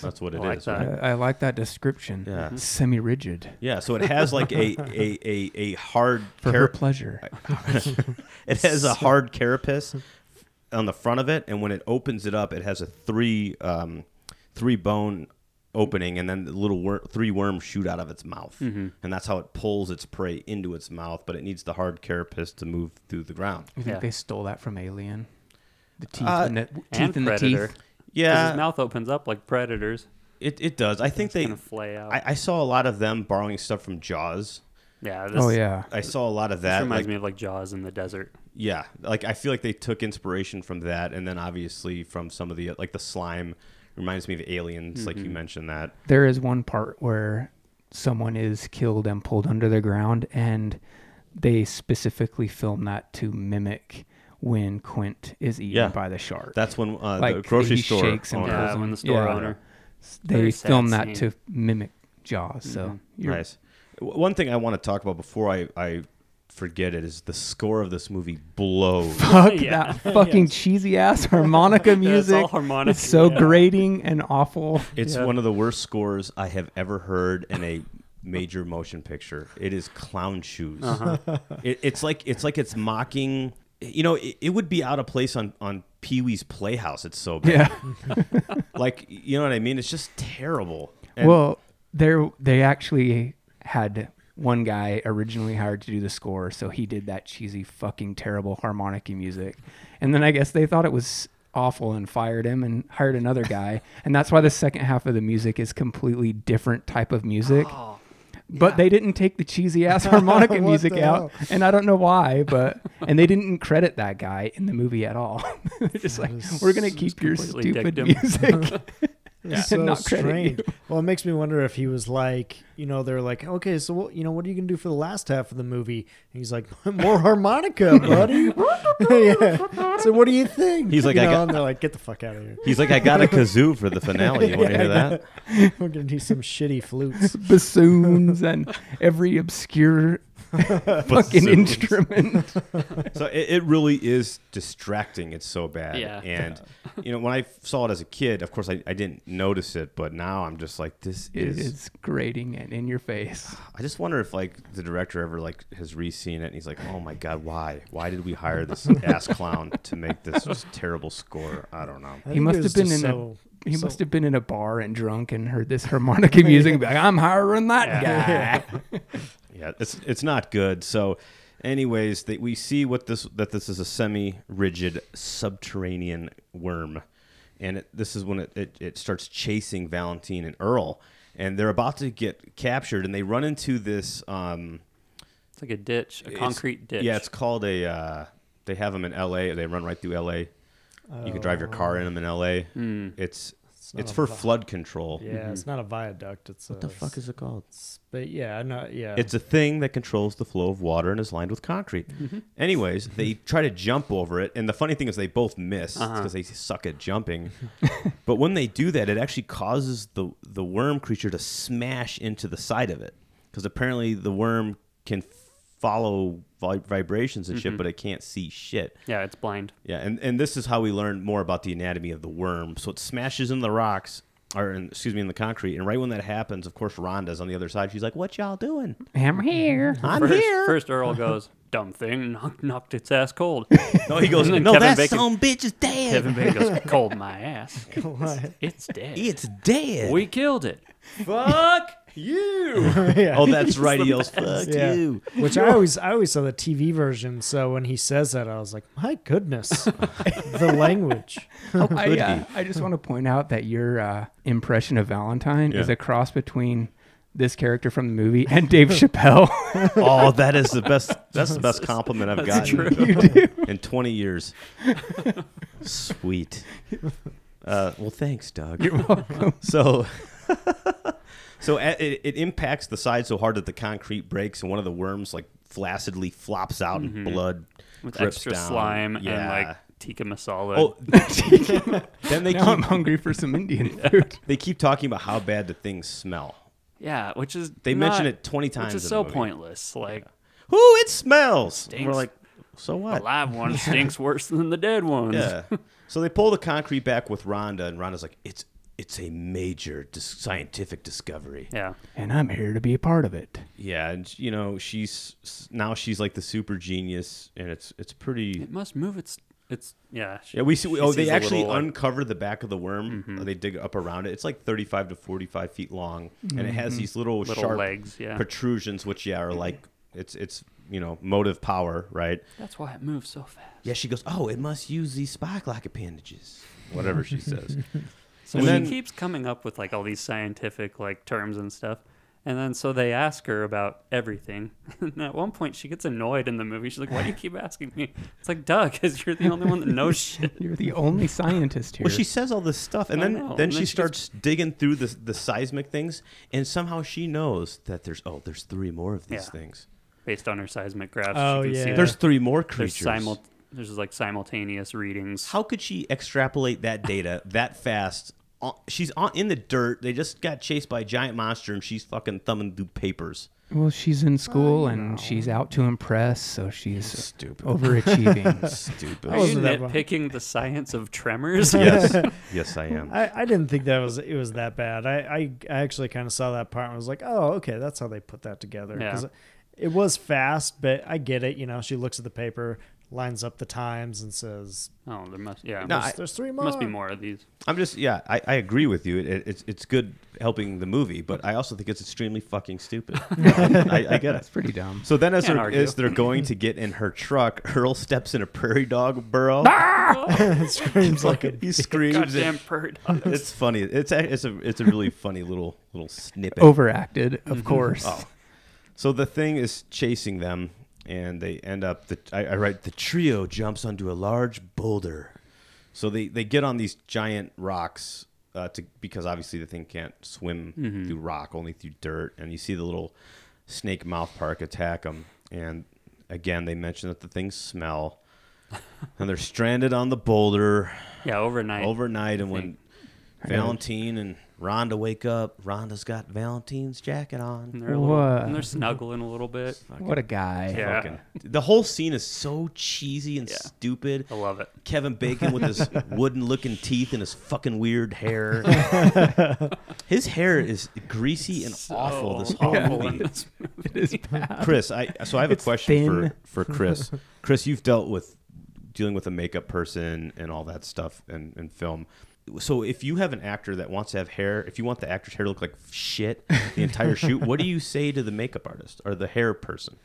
B: [LAUGHS] That's what it is.
E: like that.
D: I,
B: right?
D: I like that description.
B: Yeah.
E: Mm-hmm.
D: Semi-rigid
B: Yeah, so it has like a a, a, a hard
D: for her
B: carap-
D: pleasure.
B: it has a hard carapace on the front of it, and when it opens it up, it has a three um, three bone opening, and then the little wor- three worms shoot out of its mouth, and that's how it pulls its prey into its mouth. But it needs the hard carapace to move through the ground.
D: You think
E: Yeah.
D: they stole that from Alien? The teeth
B: Uh,
D: and the
E: And
D: teeth and the
E: predator.
D: teeth.
E: 'Cause
B: Yeah,
E: His mouth opens up like predators.
B: it, it does. I think they.
E: Kind of flay out.
B: I, I saw a lot of them borrowing stuff from Jaws.
E: yeah. This,
D: Oh yeah.
B: I saw a lot of
E: This
B: that.
E: reminds
B: like-
E: me of like Jaws in the desert.
B: Yeah, like I feel like they took inspiration from that, and then obviously from some of the like the slime reminds me of aliens, like you mentioned that.
D: There is one part where someone is killed and pulled under the ground, and they specifically film that to mimic when Quint is eaten
B: Yeah.
D: by the shark.
B: That's when uh, the
D: Like,
B: grocery
D: he
B: store.
D: shakes and
B: owner-
E: Yeah,
D: pulls
E: when
D: him.
E: the store
D: Yeah.
E: owner.
D: they
E: very sad
D: film that
E: scene. Mm-hmm.
D: to mimic Jaws. So you're
B: Nice. W- One thing I want to talk about before I I forget it is the score of this movie blows.
D: [LAUGHS] Fuck
E: Yeah. [LAUGHS]
D: that fucking cheesy ass [LAUGHS] harmonica music.
E: all harmonic,
D: It's so
E: yeah.
D: grating and awful.
B: It's
E: Yeah.
B: one of the worst scores I have ever heard in a major motion picture. It is clown shoes. [LAUGHS] It, it's like it's like it's mocking. You know, it, it would be out of place on on Pee Wee's Playhouse. It's so bad.
D: Yeah.
B: like you know what I mean? It's just terrible. And
D: well, there they actually had one guy originally hired to do the score so he did that cheesy fucking terrible harmonic music and then i guess they thought it was awful and fired him and hired another guy and that's why the second half of the music is completely different type of music but they didn't take the cheesy ass harmonica
C: What
D: music
C: the
D: out and i don't know why but and they didn't credit that guy in the movie at all [LAUGHS] they're just like
C: is-
D: we're gonna keep your
E: completely
D: stupid
E: dicked him."
D: music
B: [LAUGHS]
C: It's
D: and
C: so
D: not credit
C: strange. Well, it makes me wonder if he was like, you know, they're like, okay, so what, you know, what are you gonna do for the last half of the movie? And he's like, [LAUGHS] more harmonica,
B: [LAUGHS]
C: buddy. [LAUGHS] yeah. So what do you think?
B: He's like,
C: you
B: I
C: know,
B: got-
C: and they're like, get the fuck out of here.
B: He's like, I got a kazoo for the finale. You
D: [LAUGHS]
B: want to hear that?
C: We're gonna do some
B: [LAUGHS]
C: shitty flutes.
D: bassoons and every
C: [LAUGHS]
D: obscure fucking
B: Bassoons.
D: instrument.
B: So it, it really is distracting. It's so bad.
E: Yeah.
B: And you know, when I saw it as a kid, of course I, I didn't notice it, but now I'm just like, this
D: It
B: is.
D: is grating and in your face.
B: I just wonder if like the director ever like has re-seen it and he's like, oh my god, why? Why did we hire this ass clown to make this just terrible score? I don't know.
C: I
D: He
C: think
D: must
C: it was
D: have been
C: just
D: in a-
C: so,
D: He
C: so-
D: must have been in a bar and drunk and heard this
C: [LAUGHS]
D: harmonica music and be like, I'm hiring that guy.
B: Yeah, it's it's not good. So, anyways, that we see what this that this is a semi-rigid subterranean worm, and it, this is when it, it it starts chasing Valentine and Earl, and they're about to get captured, and they run into this um
E: It's like a ditch, a
B: it's-
E: concrete ditch.
B: Yeah, it's called a. Uh, they have them in L.A. They run right through L.A. You can drive your car in them in L.A. It's it's,
C: not a
B: for mm-hmm.
C: vi-
B: flood control.
C: Yeah, it's not a viaduct. It's what a,
B: is it called?
C: s- But yeah, no, yeah. [LAUGHS]
B: It's a thing that controls the flow of water and is lined with concrete. Anyways, they try to jump over it, and the funny thing is they both miss because they suck at jumping. but when they do that, it actually causes the the worm creature to smash into the side of it because apparently the worm can follow vi- vibrations and shit, but it can't see shit.
E: Yeah, it's blind.
B: Yeah, and, and this is how we learn more about the anatomy of the worm. So it smashes in the rocks, or in, excuse me, in the concrete. And right when that happens, of course, Rhonda's on the other side. She's like, "What y'all doing?
D: I'm here.
B: I'm
E: first,
B: here."
E: First Earl goes, [LAUGHS] dumb thing, knocked, knocked its ass cold.
B: No, he goes,
E: And then
B: "No,
E: Kevin
B: that
E: Bacon-
B: some bitch is dead.
E: Kevin Bacon goes, cold my ass. It's dead.
B: It's dead."
E: we killed it. [LAUGHS] Fuck you.
C: yeah.
B: oh, [LAUGHS] that's right. He yells, "Fuck [LAUGHS]
C: Yeah.
B: you."
C: Which I always I always saw the TV version, so when he says that, I was like, my
B: [LAUGHS]
C: goodness, the language.
D: I, uh, I just want to point out that your uh, impression of Valentine is
B: Yeah.
D: a cross between this character from the movie and Dave
C: [LAUGHS]
D: Chappelle. [LAUGHS]
B: Oh, that is the best. That's the [LAUGHS] best compliment I've
E: That's
B: gotten
E: true.
B: in 20 years. [LAUGHS] Sweet. Uh, well, thanks, Doug. You're welcome. [LAUGHS] So, so a- it, it impacts the side so hard that the concrete breaks, and one of the worms like flaccidly flops out, and blood
E: Mm-hmm. With
B: drips
E: extra
B: down.
E: slime and
B: Yeah.
E: like tikka masala.
B: Oh, then [LAUGHS] they
D: now I'm
B: keep
D: hungry for some Indian food.
B: they keep talking about how bad the things smell.
E: yeah, which is
B: They
E: not-
B: mention it 20 times.
E: Which
B: in
E: is
B: the
E: so
B: movie. [LAUGHS]
E: pointless. Like
B: Ooh, it smells. And
E: stinks.
B: We're like, so
E: the
B: what? [LAUGHS]
E: live one stinks worse than the dead one.
B: Yeah. so they pull the concrete back with Rhonda, and Rhonda's like, "It's it's a major dis- scientific discovery."
E: Yeah.
D: And I'm here to be a part of it.
B: Yeah, and you know she's now she's like the super genius, and it's it's pretty.
E: It must move its its yeah. she-
B: Yeah, we see.
E: she
B: Oh, they
E: sees a
B: actually
E: little, like- Mm-hmm.
B: uncover the back of the worm. uh, They dig up around it. It's like thirty-five to forty-five feet long, and it has these little,
E: Mm-hmm. Little
B: sharp
E: legs, yeah. Mm-hmm.
B: protrusions, which yeah are like it's it's you know motive power, right?
E: That's why it moves so fast.
B: Yeah, she goes, "Oh, it must use these spike-like appendages," whatever she
E: [LAUGHS]
B: says.
E: So
B: And
E: she
B: then-
E: keeps coming up with like all these scientific like terms and stuff. And then so they ask her about everything. [LAUGHS] And at one point she gets annoyed in the movie. She's like, Why do you keep asking me? It's like, Doug, because you're the only one that
B: [LAUGHS]
E: knows shit.
D: You're the only scientist here.
B: Well, she says all this stuff, and
E: I
B: then
E: know,
B: then,
E: and then
B: she,
E: she gets-
B: starts digging through the the seismic things, and somehow she knows that there's oh, there's three more of these
E: Yeah.
B: things.
E: Based on her seismic graphs.
C: Oh,
E: she can see
C: yeah.
B: There's three more
E: there's
B: creatures.
E: simul- there's like simultaneous readings.
B: How could she extrapolate that
E: [LAUGHS]
B: data that fast? Uh, She's on, in the dirt. They just got chased by a giant monster, and she's fucking thumbing through papers.
D: Well, she's in school and she's out to impress, so she's
B: Stupid.
D: overachieving.
B: Stupid.
E: Are you
C: wasn't that wrong.
E: nitpicking the science
B: [LAUGHS]
E: of tremors? Oh,
B: yes, yes, I am.
C: I, I didn't think that was it was that bad. I I, I actually kind of saw that part and was like, oh, okay, that's how they put that together.
E: Yeah.
C: 'Cause It was fast, but I get it. You know, she looks at the paper, lines up the times and says,
E: Oh, there must yeah.
B: No,
E: must,
B: I-
C: "There's- "There's three more."
E: must be more of these.
B: I'm just yeah, I, I agree with you. It, it, it's it's good helping the movie, but I also think it's extremely fucking
E: [LAUGHS]
B: stupid. I, I get it.
D: Pretty dumb.
B: So then, as
E: Can't
B: they're,
E: argue.
B: as they're going to get in her truck, Earl steps in a prairie dog burrow.
C: [LAUGHS] Screams like a
B: [LAUGHS] he screams.
E: Ah! Goddamn
B: and-
E: bird. [LAUGHS]
B: It's funny. It's a, it's a it's a really funny little little
D: Oh,
B: snippet.
F: Overacted, of course. [LAUGHS]
B: So the thing is chasing them, and they end up. The, I, I write the trio jumps onto a large boulder. So they, they get on these giant rocks uh, to because obviously the thing can't swim through rock, only through dirt. And you see the little snake mouth park attack them. And again, they mention that the things smell, and they're stranded on the boulder
E: Yeah, overnight.
B: overnight. And when
E: think.
B: Valentine and Rhonda wake up, Rhonda's got Valentine's jacket on.
E: and they're, a little,
F: Whoa.
E: and they're snuggling a little bit.
F: What a guy. [LAUGHS]
E: Yeah.
B: fucking- the whole scene is so cheesy and
E: Yeah.
B: stupid.
E: I love it.
B: Kevin Bacon with
E: [LAUGHS]
B: his wooden looking teeth and his fucking weird hair. his hair is greasy and awful this whole
E: awful in [LAUGHS]
B: movie.
E: this movie.
B: Chris, I so I have a
F: It's
B: question
F: thin.
B: for, for
E: [LAUGHS]
B: Chris. Chris, you've dealt with dealing with a makeup person and all that stuff and, and film. So if you have an actor that wants to have hair, if you want the actor's hair to look like shit the entire shoot, what do you say to the makeup artist or the hair person?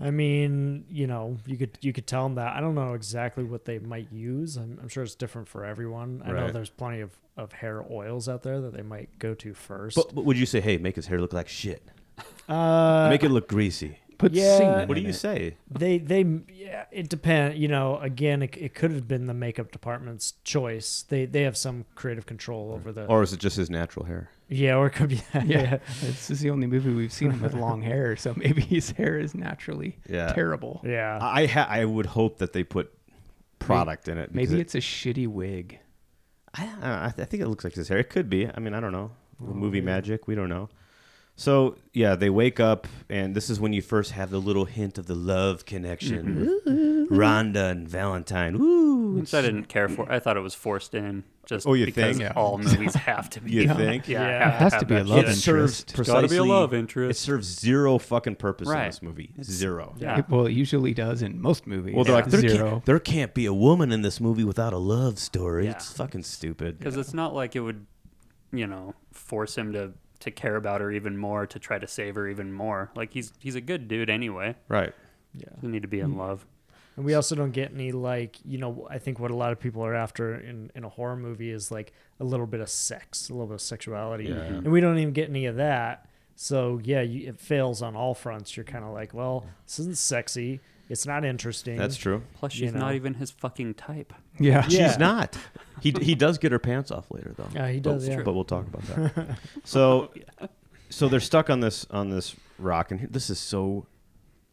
C: I mean, you know, you could you could tell them that. I don't know exactly what they might use. I'm, I'm sure it's different for everyone. I know
B: Right.
C: there's plenty of, of hair oils out there that they might go to first.
B: But, but would you say, hey, make his hair look like shit?
C: uh,
B: Make it look greasy.
F: Put
C: Yeah.
F: semen [LAUGHS]
B: What do
F: in
B: you
F: it.
B: say?
C: they they yeah, it depends. You know, again, it, it could have been the makeup department's choice. They they have some creative control over the
B: Or is it just his natural hair?
C: yeah, or it could be [LAUGHS] yeah.
D: Yeah.
F: This is the only movie we've seen him with long hair, so maybe his hair is naturally
B: Yeah.
F: terrible.
C: yeah.
B: I ha- I would hope that they put product in it.
F: Maybe
B: because
F: it's a shitty wig.
B: I, don't know, I, th- I think it looks like his hair. It could be. I mean, I don't know. Movie magic. We don't know. So yeah, they wake up, and this is when you first have the little hint of the love connection, with Rhonda and Valentine. Ooh,
E: Which I didn't care for. I thought it was forced in just
B: Oh, you
E: because
B: think?
E: all movies have to be.
B: You think?
E: Yeah,
C: Yeah.
E: have
F: It has
E: have
F: to be
E: that
F: a love
E: shit.
B: it
F: interest.
B: serves
E: It's gotta be a
B: precisely-
E: love
B: It
E: interest.
B: serves zero fucking purpose in
E: Right.
B: this movie. zero.
E: Yeah.
F: It- well, it usually does in most movies.
B: Well, they're like there
F: zero.
B: Can't, there can't be a woman in this movie without a love story.
E: Yeah.
B: It's fucking stupid.
E: because it's not like it would you know force him to to care about her even more to try to save her even more like he's he's a good dude anyway
B: Right.
E: doesn't need to be in love
C: And we also don't get any like you know I think what a lot of people are after in, in a horror movie is like a little bit of sex, a little bit of sexuality,
B: Yeah.
C: and we don't even get any of that. So yeah, you, it fails on all fronts. You're kind of like, well, this isn't sexy. It's not interesting.
B: That's true.
E: plus
C: You
E: she's
C: know.
E: not even his fucking type
F: [LAUGHS] Yeah.
C: Yeah.
B: She's not. He he does get her pants off later though.
C: Yeah, he
B: But-
C: does, yeah.
B: But we'll talk about that. So so they're stuck on this on this rock and this is so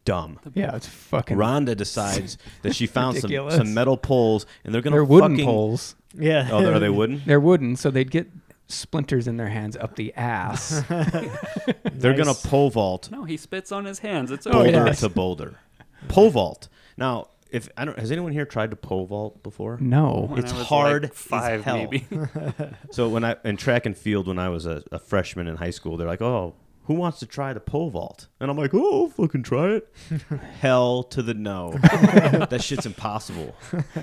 B: dumb.
F: Yeah, it's fucking.
B: Rhonda decides that she found some,
F: Ridiculous.
B: some metal poles and they're gonna
F: They're wooden
B: fucking,
F: poles.
C: Yeah.
B: Oh, are they
D: [LAUGHS]
B: wooden?
F: They're wooden, so they'd get splinters in their hands up the ass.
B: They're gonna
C: Nice.
B: pole vault
E: no he spits on his hands it's
B: boulder
E: okay
F: yeah. yes.
B: to boulder. Pole vault. Now, if I don't has anyone here tried to pole vault before?
F: no.
E: When
B: It's
E: I was, like,
B: hard as
E: five
B: hell.
E: maybe [LAUGHS]
B: So when I in track and field when I was a, a freshman in high school, they're like, "Oh, who wants to try the pole vault?" And I'm like, "Oh, I'll fucking try it." [LAUGHS] Hell to the [LAUGHS] no. that shit's impossible.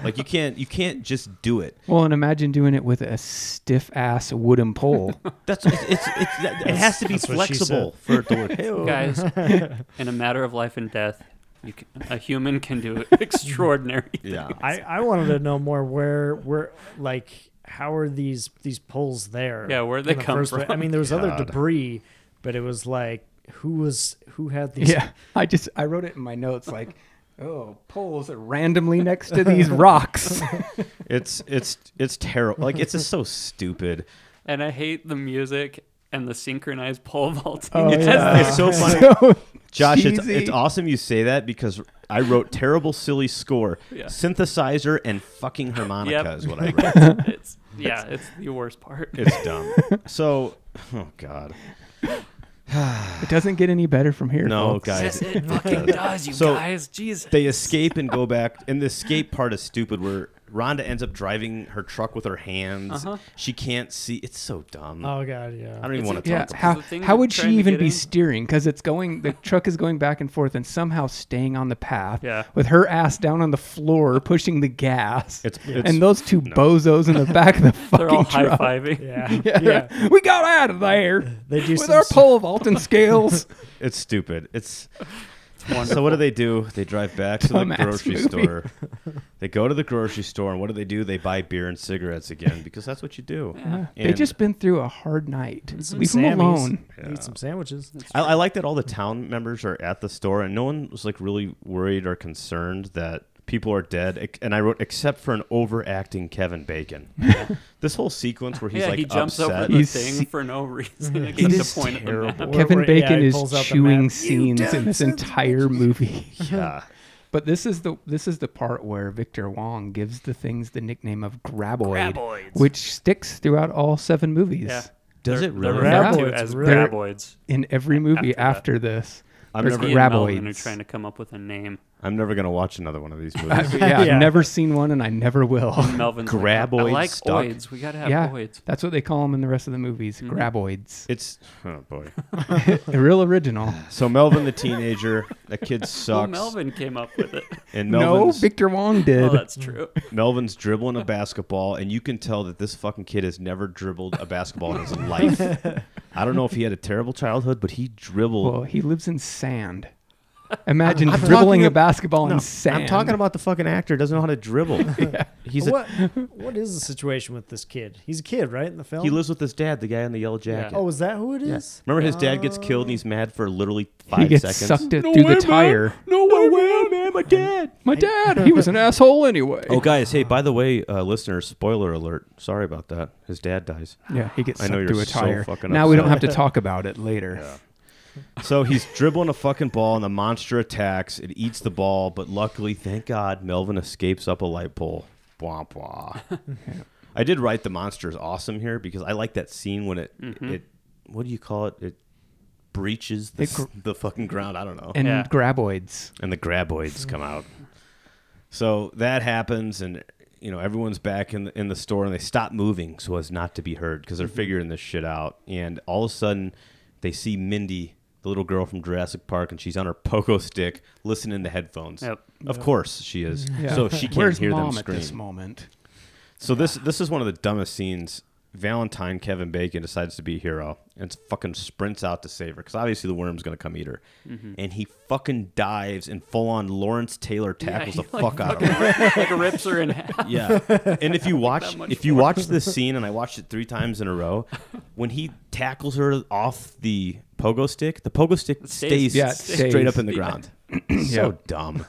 B: Like you can't you can't just do it.
F: Well, and imagine doing it with a stiff ass wooden [LAUGHS]
D: [LAUGHS]
F: pole.
B: That's it's, it's, it's that, it has to be
C: That's what she
B: flexible
C: oh.
B: for it to
C: [LAUGHS]
B: work.
E: guys in a matter of life and death you can, a human can do extraordinary
B: Yeah.
C: I, I wanted to know more where where like how are these these poles there?
E: Yeah, where'd they
C: in the
E: come
C: first place? I
E: from?
C: mean, there was other
B: God.
C: debris, but it was like who was who had these?
F: yeah. I just I wrote it in my notes like, oh, poles are randomly next to
D: [LAUGHS]
F: these rocks.
B: It's it's it's terrible. Like it's just so stupid.
E: and i hate the music and the synchronized pole [LAUGHS] vaulting
F: Oh,
E: It's-
F: yeah.
B: It's so funny.
F: so
B: Josh, it's,
F: cheesy.
B: it's awesome you say that because I wrote terrible, silly score,
E: Yeah.
B: synthesizer, and
C: [LAUGHS]
B: fucking harmonica
E: Yep.
B: is what I wrote. [LAUGHS]
E: [LAUGHS] it's yeah it's the worst part [LAUGHS]
B: It's [LAUGHS] dumb. so, oh god,
F: It doesn't get any better from here.
B: no,
F: folks.
B: guys.
E: Yes, it
B: [LAUGHS]
E: fucking does you
B: So-
E: guys jeez
B: They escape and go back, and the escape part is stupid. Where Rhonda ends up driving her truck with her hands.
D: Uh-huh.
B: She can't see. It's so dumb.
C: Oh god, yeah.
B: I don't even want to
E: yeah,
B: talk.
D: How,
E: the thing
D: how
E: we're
D: would she
E: trying to
D: even
E: get
D: be
E: in-
D: steering? Because it's going, the truck is going back and forth and somehow staying on the path
E: Yeah.
D: with her ass down on the floor pushing the gas.
B: It's- it's-
D: and those two bozos in the back of the fucking
E: They're all high
D: truck.
E: fiving.
C: yeah,
D: [LAUGHS] Yeah, we got out of there
C: They do
D: with
C: some
D: our
C: s-
D: pole vaulting scales.
B: It's stupid. It's so. What do they do? They drive back to the
D: Dumbass
B: grocery
D: movie.
B: store.
D: [LAUGHS]
B: They go to the grocery store, and what do they do? They buy beer and cigarettes again because that's what you do.
D: [LAUGHS] They
B: And
D: just been through a hard night.
C: Some
D: Leave them
C: Sammys.
D: alone.
C: Eat some sandwiches.
B: I, I like that all the town members are at the store, and no one was like really worried or concerned that people are dead. Ex- And I wrote, except for an overacting Kevin
E: [LAUGHS]
B: Bacon. this whole sequence where he's
E: yeah,
B: like
E: he jumps
B: upset.
E: over the
D: He's-
E: thing for
B: [LAUGHS]
E: no reason. It [LAUGHS]
B: It
E: gets
B: is
E: the point of the
B: terrible.
E: [LAUGHS] map.
D: Kevin
C: where- yeah,
D: Bacon
C: he pulls out
D: is
C: the
D: chewing
C: map.
D: scenes in this entire movie. [LAUGHS]
B: yeah.
D: But this is the this is the part where Victor Wong gives the things the nickname of graboid,
E: Graboids.
D: which sticks throughout all seven movies.
E: Yeah.
B: Does
E: They're-
B: it
E: they're
B: really?
E: referred to
C: Graboids,
E: as
C: really?
E: graboids.
D: In every movie
E: After that.
D: after, this,
B: I've
D: there's
B: never-
E: He and Melvin are
D: graboids.
E: trying to come up with a name.
B: I'm never gonna watch another one of
E: [LAUGHS]
B: these movies.
D: [LAUGHS] yeah,
C: Yeah.
D: I've never seen one, and I never will.
E: Melvin's
B: Graboid
E: Like, I like
B: stuck.
E: oids. We gotta have
D: yeah,
E: oids.
D: that's what they call them in the rest of the movies. Graboids.
B: it's oh boy.
D: Real original.
B: So Melvin the teenager, that kid
E: Well,
B: sucks,
E: Melvin came up
B: [LAUGHS]
E: with it.
B: and
D: No,
B: Melvin's,
D: Victor Wong did.
E: oh, that's true.
B: Melvin's dribbling a basketball, and you can tell that this fucking kid has never dribbled a basketball in his life. I don't know if he had a terrible childhood, but he dribbled.
D: well, he lives in sand. Imagine dribbling
B: talking
D: a
B: ab-
D: basketball
B: No,
D: in sand.
B: I'm talking about the fucking actor doesn't know how to
D: [LAUGHS]
B: dribble. He's a,
C: What what is the situation with this kid? He's a kid, right? In the film.
B: he lives with his dad, the guy in the yellow jacket.
C: Oh, is that who it
B: Yeah.
C: is?
B: Remember, his dad gets killed, and he's mad for literally five
D: He gets
B: seconds.
D: sucked it through the tire.
B: No way, man,
D: [LAUGHS]
B: my dad.
D: My dad,
B: [LAUGHS]
D: he was an asshole anyway.
B: Oh, guys, hey, by the way, uh, listeners, spoiler alert. Sorry about that. His dad dies.
D: Yeah, he gets
B: I
D: sucked
B: know you're
D: through a
B: so
D: tire.
B: fucking
D: now we don't have
B: upset.
D: to talk about it later.
B: So he's dribbling a fucking ball, and the monster attacks. It eats the ball, but luckily, thank God, Melvin escapes up a light pole. Bwah, bwah. I did write the monster is awesome here because I like that scene when it it what do you call it? It breaches the,
D: It gr-
B: s- the fucking ground. I don't know.
D: And
E: Yeah.
D: graboids.
B: and the graboids come out. So that happens, and you know everyone's back in the, in the store, and they stop moving so as not to be heard because
D: Mm-hmm.
B: they're figuring this shit out. And all of a sudden, they see Mindy, the little girl from Jurassic Park, and she's on her pogo stick listening to headphones.
E: Yep.
B: Of course she is. So she can't
D: Where's
B: hear
D: mom
B: them
D: at
B: scream.
D: this moment?
B: So this this is one of the dumbest scenes. Valentine Kevin Bacon decides to be a hero and fucking sprints out to save her because obviously the worm's gonna come eat her,
E: Mm-hmm.
B: and he fucking dives and full on Lawrence Taylor tackles
E: he,
B: the
E: like,
B: fuck out of her.
E: like rips her in [LAUGHS] half.
B: Yeah, and if you watch
E: much
B: if you watch
E: [LAUGHS]
B: this scene and I watched it three times in a row, when he tackles her off the pogo stick, the pogo stick
E: stays-
B: stays,
D: Yeah, it
B: straight
D: stays.
B: up in the
E: [CLEARS THROAT]
B: ground. [CLEARS THROAT] so
D: [LAUGHS]
B: dumb.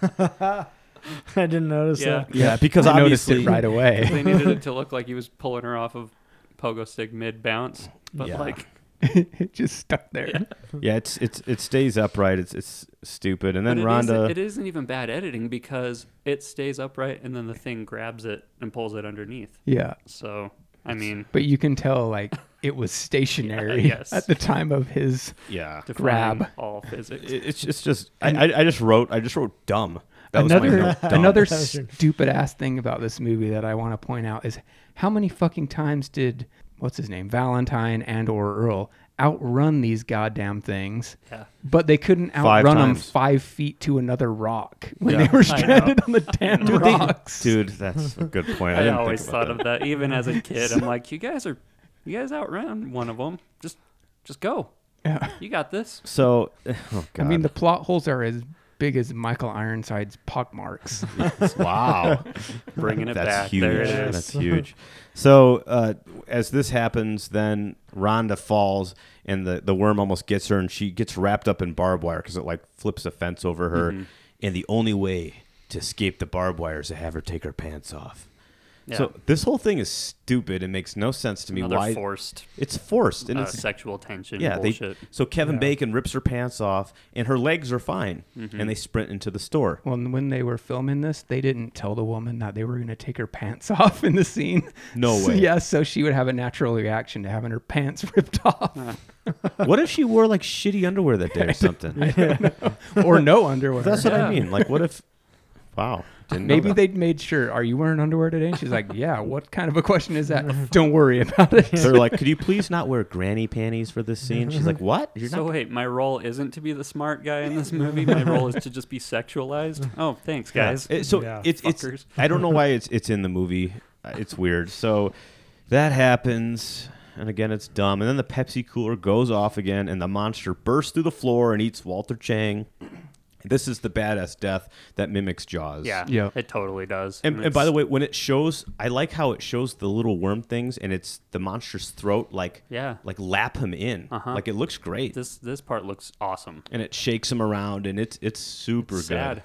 C: I didn't notice
E: Yeah.
C: that.
B: Yeah, because
D: I noticed
B: obviously
D: it right away.
B: [LAUGHS]
D: [LAUGHS]
E: They needed it to look like he was pulling her off of pogo stick mid bounce, but
B: Yeah.
E: like
D: it just stuck there.
B: Yeah, it's it's it stays upright. It's it's stupid. And then
E: but it
B: Rhonda.
E: isn't- it isn't even bad editing because it stays upright and then the thing grabs it and pulls it underneath.
D: Yeah.
E: So I mean,
D: But you can tell, like, it
E: [LAUGHS]
D: was stationary
E: yes.
D: at the time of his.
B: Yeah.
E: defying
D: Grab.
E: all physics.
B: It- It's it's just I, I I just wrote I just wrote dumb. That was my
D: [LAUGHS] another
B: note, dumb.
D: another
C: That was your-
D: stupid ass thing about this movie that I want to point out is how many fucking times did what's his name Valentine and or Earl outrun these goddamn things?
E: Yeah.
D: But they couldn't
B: Five
D: outrun them
B: times.
D: five feet to another rock when
B: Yeah.
D: they were
E: know.
D: stranded on the damn
B: They-
D: rocks.
B: dude. That's a good point. I,
E: I,
B: didn't
E: always
B: think about
E: thought of that, even as
B: [LAUGHS]
E: a kid. I'm like, you guys are, you guys outrun one of them. Just, just go.
D: Yeah.
E: You got this.
B: So, oh god.
D: I mean, the plot holes are as big as Michael Ironside's pockmarks.
B: [LAUGHS] wow,
E: Bringing it
B: that's
E: back.
B: huge.
E: There it
C: Yeah.
E: is.
B: That's huge. So uh, as this happens, then Rhonda falls, and the the worm almost gets her, and she gets wrapped up in barbed wire because it like flips a fence over her,
E: Mm-hmm.
B: and the only way to escape the barbed wire is to have her take her pants off.
E: Yeah.
B: So this whole thing is stupid and makes no sense to me.
E: Another
B: Why
E: forced
B: It's forced and
E: uh,
B: it's
E: sexual tension
B: yeah. They,
E: bullshit.
B: so Kevin Bacon rips her pants off and her legs are fine,
E: Mm-hmm.
B: and they sprint into the store.
D: Well, and when they were filming this, they didn't tell the woman that they were going to take her pants [LAUGHS] off in the scene.
B: No
D: So-
B: way.
D: yeah, so she would have a natural reaction to having her pants [LAUGHS] ripped off
B: [LAUGHS] what if she wore like shitty underwear [LAUGHS] that day or something?
D: or no underwear.
B: That's what I mean. Like, what if? Wow, Didn't know
D: Maybe
B: that.
D: they made sure, are you wearing underwear today? And she's like, yeah, what kind of a question is that? Don't worry about it. [LAUGHS]
B: They're like, could you please not wear granny panties for this scene? She's like, what? You're
E: so
B: not.
E: wait, my role isn't to be the smart guy in this movie. My role is to just
B: [LAUGHS]
E: be sexualized. Oh, thanks, guys.
B: It- so
C: Yeah,
B: it's
E: fuckers.
B: it's. I don't
E: [LAUGHS]
B: know why it's it's in the movie. Uh, It's weird. So that happens, and again, it's dumb. And then the Pepsi cooler goes off again, and the monster bursts through the floor and eats Walter Chang. This is the badass death that mimics Jaws.
E: Yeah,
D: Yeah.
E: it totally does.
B: And, and by the way, when it shows, I like how it shows the little worm things, and it's the monster's throat, like
E: Yeah.
B: like lap him in,
E: Uh-huh.
B: like it looks great,
E: this this part looks awesome.
B: and it shakes him around, and it's it's super good.
E: Sad.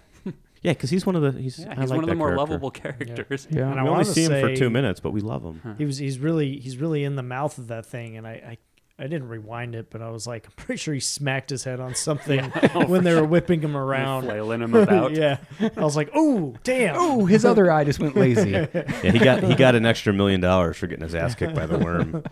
B: Yeah, because he's one of the he's
E: Yeah,
B: I
E: he's
B: like
E: one of the
B: that
E: more
B: character.
E: lovable characters.
C: And
D: Yeah.
C: I
B: We only
C: wanna
B: see him for
C: say-
B: two minutes, but we love him.
C: He was he's really he's really in the mouth of that thing, and I I, I didn't rewind it, but I was like, [LAUGHS] I'm pretty sure he smacked his head on something when they were whipping him
B: [LAUGHS]
C: around.
E: Flailing him about.
C: [LAUGHS] yeah, I was like, oh damn.
D: Oh, his other eye just went lazy.
B: Yeah, he got he got an extra million dollars for getting his ass kicked by the worm.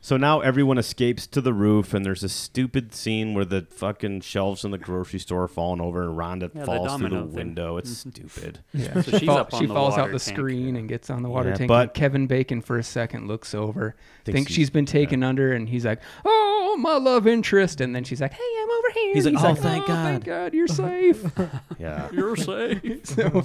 B: So now everyone escapes to the roof, and there's a stupid scene where the fucking shelves in the grocery store are falling over, and Rhonda
E: Yeah, the
B: falls through the
E: domino thing.
B: window. It's stupid.
D: Yeah.
E: So she's
D: she fall-
E: up on
D: she
E: the
D: falls out
E: water
D: the
E: tank.
D: screen and gets on the water
B: Yeah,
D: tank.
B: but-
D: and Kevin Bacon for a second looks over,
B: Thinks
D: thinks,
B: he's-
D: she's been taken under, and he's like, "Oh, my love interest," and then she's like, "Hey, I'm over here."
B: He's like, "Oh, thank God."
D: thank God, you're safe."
B: [LAUGHS] Yeah,
E: You're
B: [LAUGHS]
E: safe.
D: so,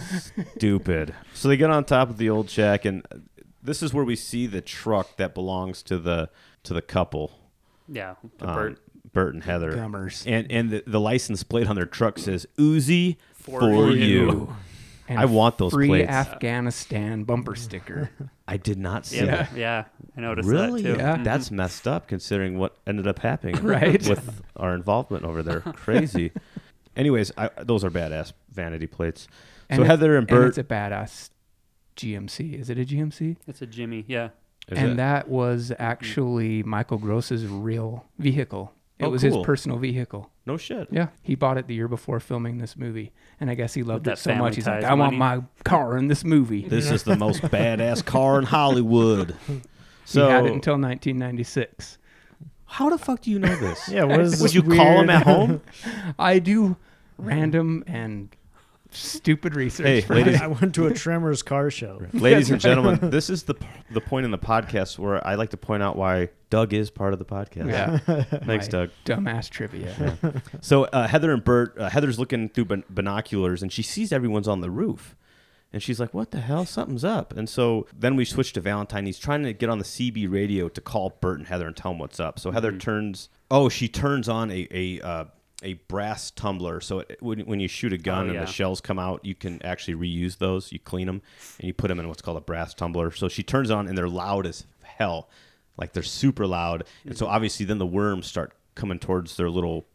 B: stupid. So they get on top of the old shack, and uh, this is where we see the truck that belongs to the to the couple,
E: yeah, the
B: um,
E: bird.
B: Bert and Heather.
D: Gummers.
B: And and the, the license plate on their truck says Uzi for,
E: For you.
B: you. [LAUGHS]
D: And
B: I want those
D: free
B: plates.
D: Afghanistan
E: [LAUGHS]
D: bumper sticker.
B: I did not see
E: Yeah,
B: that.
E: yeah, I noticed
B: Really?
E: that too.
D: Yeah.
C: Mm-hmm.
B: That's messed up considering what ended up happening
D: [LAUGHS] Right.
B: with our involvement over
D: [LAUGHS]
B: there. Crazy. Anyways, I, those are badass vanity plates. So
D: it-
B: Heather and Bert.
D: it's a badass GMC. Is it a GMC?
E: It's a Jimmy. Yeah,
B: is
D: and
B: it?
D: that was actually Michael Gross's real vehicle. It
B: Oh,
D: was
B: cool.
D: his personal vehicle.
B: no shit.
D: Yeah, he bought it the year before filming this movie, and I guess he loved
E: that
D: it so much.
E: family
D: He's like,
E: ties
D: "I want
E: money."
D: my car in this movie."
B: This is
D: [LAUGHS]
B: the most badass car in Hollywood. So
D: he had it until 1996.
B: how the fuck do you know this?
C: [LAUGHS] Yeah, what is
B: Would
C: this
B: you call him
C: weird-
B: at
C: [LAUGHS]
B: home?
D: I do random and stupid research.
B: Hey,
D: for
B: ladies-
D: ladies,
C: [LAUGHS] I went to a Tremors car show.
B: [LAUGHS] Ladies and
D: [LAUGHS]
B: gentlemen, this is the p- the point in the podcast where I like to point out why Doug is part of the podcast.
D: Yeah.
B: [LAUGHS] Thanks,
D: My
B: Doug.
D: dumbass trivia.
B: So uh, Heather and Bert, uh, Heather's looking through bin- binoculars and she sees everyone's on the roof. And she's like, what the hell? Something's up. And so then we switch to Valentine. He's trying to get on the CB radio to call Bert and Heather and tell them what's up. So
E: Mm-hmm.
B: Heather turns, oh, she turns on a, a, uh, a brass tumbler. So it, when, when you shoot a gun
E: Oh,
B: and
E: yeah.
B: the shells come out, you can actually reuse those. You clean them and you put them in what's called a brass tumbler. So she turns on and they're loud as hell. Like they're super loud. And so obviously then the worms start coming towards their little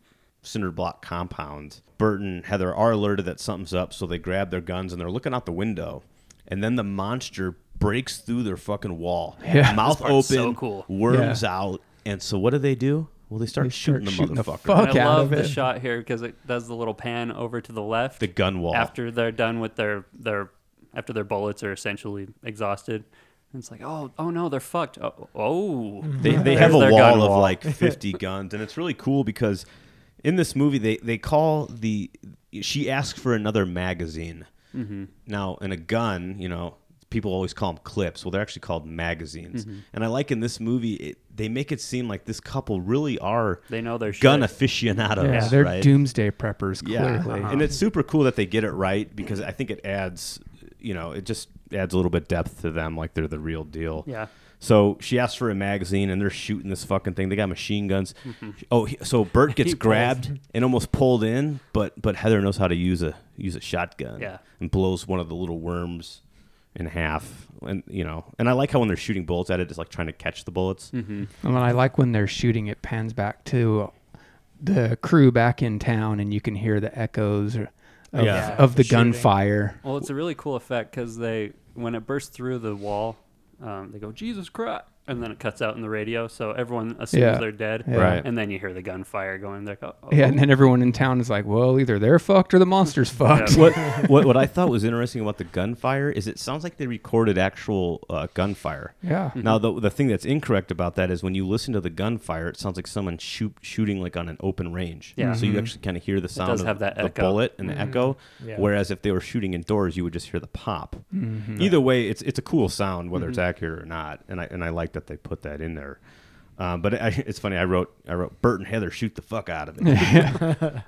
B: cinder block compound. Bert and Heather are alerted that something's up, so they grab their guns and they're looking out the window. And then the monster breaks through their fucking wall.
D: [LAUGHS] Yeah.
B: Mouth
E: This part's
B: open,
E: so cool.
B: worms out. And so what do they do? Well, they start shooting the
D: shooting the
B: motherfucker.
D: fuck
E: And I
D: out
E: love
D: of
E: the
D: it.
E: shot here because it does the little pan over to the left.
B: The gun wall.
E: After they're done with their their after their bullets are essentially exhausted, and it's like, oh, oh no, they're fucked. Oh, oh.
B: They, they
E: [LAUGHS] There's
B: have a
E: their
B: wall
E: gun
B: of
E: [LAUGHS]
B: like 50 guns, and it's really cool because in this movie they, they call the she asks for another magazine.
E: Mm-hmm.
B: Now in a gun, you know, people always call them clips. Well, they're actually called magazines.
E: Mm-hmm.
B: And I like in this movie it, they make it seem like this couple really are
E: They know their
B: gun
E: shit.
B: aficionados.
D: Yeah, they're
B: right?
D: doomsday preppers.
B: Yeah,
D: Clearly,
E: Uh-huh.
B: and it's super cool that they get it right because I think it adds, you know, it just adds a little bit depth to them, like they're the real deal.
E: Yeah.
B: So she asks for a magazine, and they're shooting this fucking thing. They got machine guns. Oh, he, so Bert gets
E: Mm-hmm. [LAUGHS] He pulled.
B: grabbed and almost pulled in, but but Heather knows how to use a use a shotgun.
E: Yeah.
B: and blows one of the little worms in half, and you know, and I like how when they're shooting bullets at it, it's like trying to catch the bullets.
E: Mm-hmm.
D: And what I like when they're shooting, it pans back to the crew back in town, and you can hear the echoes of,
B: Yeah.
D: of the
C: Shooting.
D: gunfire.
E: Well, it's a really cool effect because they when it bursts through the wall, um, they go Jesus Christ, and then it cuts out in the radio, so everyone assumes
D: Yeah.
E: they're dead.
D: Yeah.
B: Right.
E: And then you hear the gunfire going. They're like, oh,
D: Yeah, and then everyone in town is like, well, either they're fucked or
B: [LAUGHS]
D: the monster's fucked.
B: [LAUGHS]
E: Yeah.
B: what, what what I thought was interesting about the gunfire is it sounds like they recorded actual uh, gunfire.
D: Yeah.
B: Now
E: Mm-hmm.
B: the the thing that's incorrect about that is when you listen to the gunfire, it sounds like someone shoot, shooting like on an open range.
E: Yeah. Mm-hmm.
B: So you actually kind of hear the sound
E: does
B: of
E: have that
B: the
E: echo. Mm-hmm.
B: bullet and the echo.
C: Yeah.
B: Whereas if they were shooting indoors, you would just hear the pop.
E: Mm-hmm.
B: Either way, it's it's a cool sound whether it's accurate or not, and I and I like that they put that in there. Um, but I, [LAUGHS] it's funny. I wrote I wrote Bert and Heather shoot the fuck out of it.
D: [LAUGHS]
E: [LAUGHS]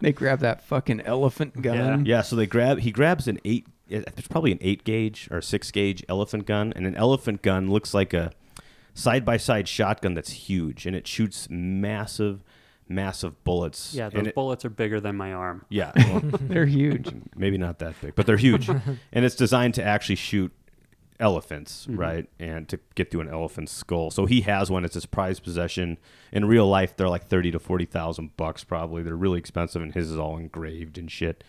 D: They grab that fucking elephant gun.
B: Yeah, so they grab he grabs an eight it's probably an eight gauge or six gauge elephant gun, and an elephant gun looks like a side by side shotgun that's huge and it shoots massive, massive bullets.
E: yeah,
B: and
E: those
B: it-
E: bullets are bigger than my arm. [LAUGHS]
B: Yeah. well, [LAUGHS]
D: They're huge.
B: maybe not that big, but they're
D: [LAUGHS]
B: huge. and it's designed to actually shoot elephants,
D: Mm-hmm.
B: right? And to get through an elephant's skull. So he has one. It's his prized possession. In real life, they're like thirty to forty thousand bucks probably. They're really expensive, and his is all engraved and shit.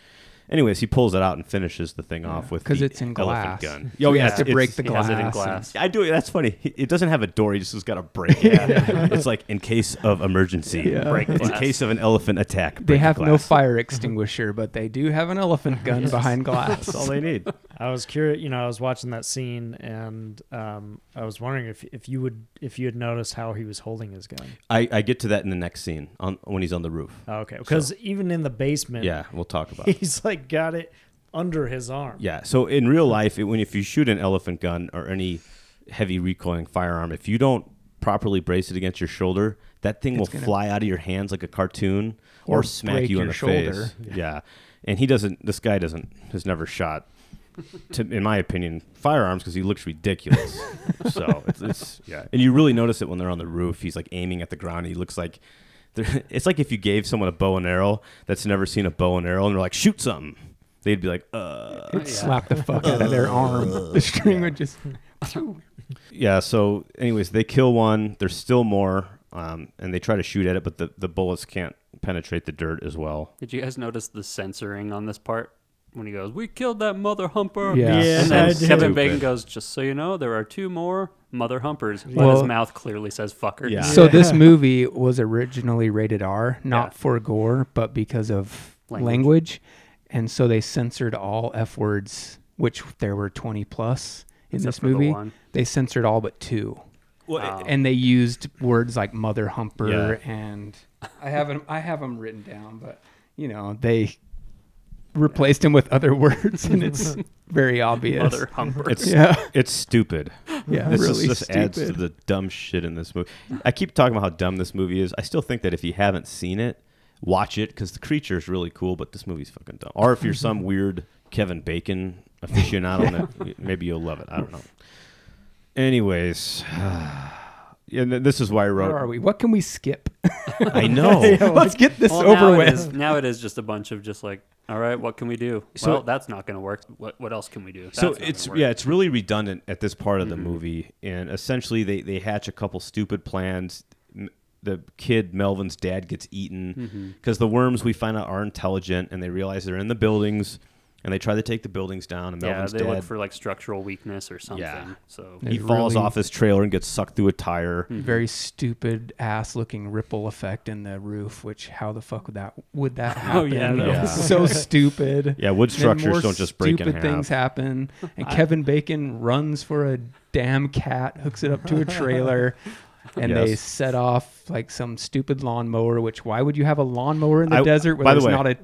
B: Anyways, he pulls it out and finishes the thing off with
D: 'cause
B: the
D: it's in
B: elephant
D: glass.
B: gun.
D: He
B: Oh
D: has
B: yeah,
D: to
B: it's-
D: break the
E: He has it in
D: Glass.
E: glass.
B: I do. That's funny. It doesn't have a door. He just has got to break it. [LAUGHS] it's like in case of emergency,
E: Break
B: in
E: glass.
B: case of an elephant attack.
D: They
B: break
D: have no
B: glass. [LAUGHS]
D: fire extinguisher, but they do have an elephant gun behind
B: [LAUGHS]
D: glass.
B: That's all they need.
C: I was curious, you know, I was watching that scene and um, I was wondering if, if you would if you had noticed how he was holding his gun.
B: I, I get to that in the next scene on when he's on the roof.
C: Oh, okay, because even in the basement,
B: Yeah, we'll talk about. it.
C: [LAUGHS] he's like got it under his arm.
B: Yeah, so in real life, it, when if you shoot an elephant gun or any heavy recoiling firearm, if you don't properly brace it against your shoulder, that thing will fly out of your hands like a cartoon or,
D: Or
B: smack
D: break
B: you in
D: your
B: the
D: shoulder.
B: face. Yeah. and he doesn't. This guy doesn't has never shot. To, in my opinion, firearms because he looks ridiculous. so it's, it's yeah, and you really notice it when they're on the roof. He's like aiming at the ground. He looks like they're- [LAUGHS] it's like if you gave someone a bow and arrow that's never seen a bow and arrow, and they're like shoot something. They'd be like, uh,
D: It'd slap the fuck out of
B: [LAUGHS]
D: their arm. The string would just.
B: Yeah. So, anyways, they kill one. There's still more, um, and they try to shoot at it, but the, the bullets can't penetrate the dirt as well.
E: Did you guys notice the censoring on this part? When he goes, we killed that mother humper.
D: Yeah. Yeah,
E: and then
C: I did.
E: Kevin Bacon
B: Stupid.
E: goes, just so you know, there are two more mother humpers. But his
D: Well-
E: mouth clearly says fucker.
B: Yeah.
D: So this movie was originally rated R, not for gore, but because of language.
E: Language.
D: and so they censored all f words, which there were twenty plus in
E: Except
D: this
E: for the
D: movie.
E: one.
D: They censored all but two,
B: Well, it-
D: and they used words like mother humper
B: Yeah.
D: and I have them. I have them written down, but you know they replaced him with other [LAUGHS] words, and
E: [LAUGHS]
D: it's very obvious.
E: [LAUGHS] Mother
B: [LAUGHS]
E: humper.
B: it's
D: Yeah, [LAUGHS]
B: it's stupid.
D: yeah,
B: This
D: really
B: is, just adds to
D: stupid.
B: the dumb shit in this movie. I keep talking about how dumb this movie is. I still think that if you haven't seen it, watch it because the creature is really cool, but this movie's fucking dumb. Or if you're
D: [LAUGHS]
B: some weird Kevin Bacon aficionado, then maybe you'll love it. I don't know. Anyways, [SIGHS] yeah, and th- this is why I
D: Where are
B: wrote.
D: we? What can we skip?
B: I know.
D: [LAUGHS] Let's get this
E: Well,
D: over
E: now
D: with.
E: It is, now it is just a bunch of just like, all right, what can we do?
B: So-
E: well, that's not going to work. What what else can we do?
B: so
E: That's not
B: it's
E: gonna work. Mm-hmm.
B: yeah it's really redundant at this part of the movie and essentially they, they hatch a couple stupid plans M- the kid melvin's dad gets
E: Mm-hmm.
B: eaten because the worms we find out are intelligent and they realize they're in the buildings and they try to take the buildings down and
E: Yeah,
B: melvin's
E: they
B: dad
E: look for like structural weakness or something.
B: Yeah.
E: So
B: he
D: It
B: falls
D: really-
B: off his trailer and gets sucked through a tire
E: Mm.
D: very stupid ass looking ripple effect in the roof which how the fuck would that would
B: [LAUGHS]
D: that happen
E: Oh, yeah, no.
B: Yeah.
D: so stupid
B: yeah wood
D: Then
B: structures
D: more
B: don't just break in
D: stupid
B: half [LAUGHS]
D: things happen and kevin bacon runs for a damn cat hooks it up to
B: [LAUGHS]
D: a trailer and they
B: Yes.
D: set off like some stupid lawnmower which why would you have a lawnmower in the
B: I-
D: desert where
B: by the
D: there's
B: way-
D: not a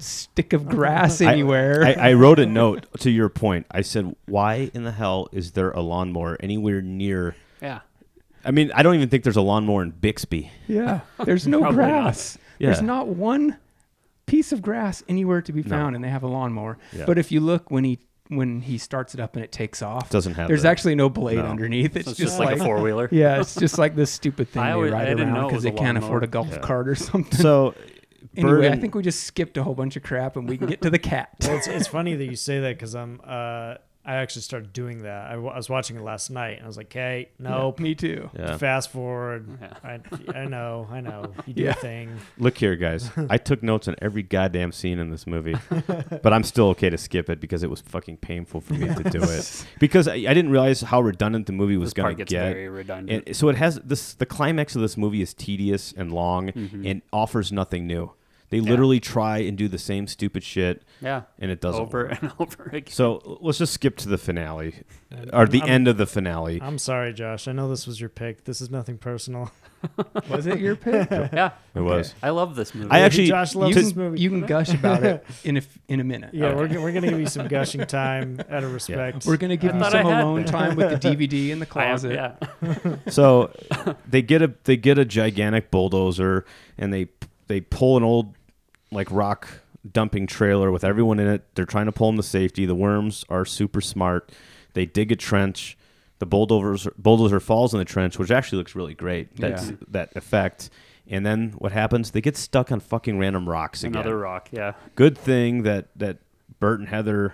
B: [LAUGHS]
D: stick of grass
B: I-
D: anywhere
B: I, I wrote a
E: [LAUGHS]
B: note to your point i said why in the hell is there a lawnmower anywhere near
E: yeah,
B: i mean i don't even think there's a lawnmower in bixby
D: yeah there's no
E: Probably not.
D: grass
B: Yeah.
D: there's not one piece of grass anywhere to be found, and they have a lawnmower.
B: Yeah.
D: But if you look when he when he starts it up and it takes off,
B: Doesn't have
D: There's
B: that.
D: actually no blade
B: No.
D: underneath. It's,
E: so it's
D: just, like,
E: a four wheeler.
D: [LAUGHS] yeah, it's just like this stupid thing
E: I always-
D: they
E: I
D: ride
E: didn't know
D: around
E: it
D: because
E: was a
D: they can't
E: lawnmower.
D: afford a golf cart or [LAUGHS] something.
E: [LAUGHS]
B: so
D: anyway, I
B: Burden-
D: think we just skipped a whole bunch of crap, and we can get to the cat.
C: Well, it's, it's funny that you say that because I'm uh, I actually started doing that. I, wa- I was watching it last night, and I was like, "Okay, nope."
D: Me too.
B: Yeah.
C: Fast forward.
E: Yeah.
C: I, I know, I know. You do
D: [LAUGHS] Yeah.
C: a thing.
B: [LAUGHS] Look here, guys. I took notes on every goddamn scene in this
E: [LAUGHS]
B: movie, but I'm still okay to skip it because it was fucking painful for me to do it. Because I, I didn't realize how redundant the movie was
E: This
B: going
E: part
B: to
E: gets
B: get.
E: very redundant.
B: And so it has this. The climax of this movie is tedious and long,
E: Mm-hmm.
B: and offers nothing new. They literally try and do the same stupid shit,
E: yeah.
B: and it doesn't.
E: Over
B: work.
E: and [LAUGHS] over
B: [LAUGHS]
E: again.
B: So let's just skip to the finale, or the
C: I'm-
B: end of the finale.
C: I'm sorry, Josh. I know this was your pick. This is nothing personal.
D: Was it your pick?
E: Yeah.
B: It was.
E: I love this movie.
C: [LAUGHS]
B: I actually-
C: Josh loves
D: you,
C: this
D: can,
C: movie.
D: you can gush about it in a, f- in a minute.
C: yeah, we're, g- we're gonna give
D: [LAUGHS]
C: you some gushing time out of respect.
D: We're gonna give
E: I
D: you
E: thought
D: some
E: I had
D: alone
E: that.
D: time
E: [LAUGHS]
D: with the DVD in the
E: I am-
D: closet.
E: yeah.
B: So they get a they get a gigantic bulldozer and they they pull an old like rock dumping trailer with everyone in it. They're trying to pull them to safety. The worms are super smart. They dig a trench. The bulldozer bulldozer falls in the trench, which actually looks really great. That's
D: Yeah.
B: that effect. And then what happens? They get stuck on fucking random rocks again.
E: Another rock. Yeah.
B: Good thing that that Bert and Heather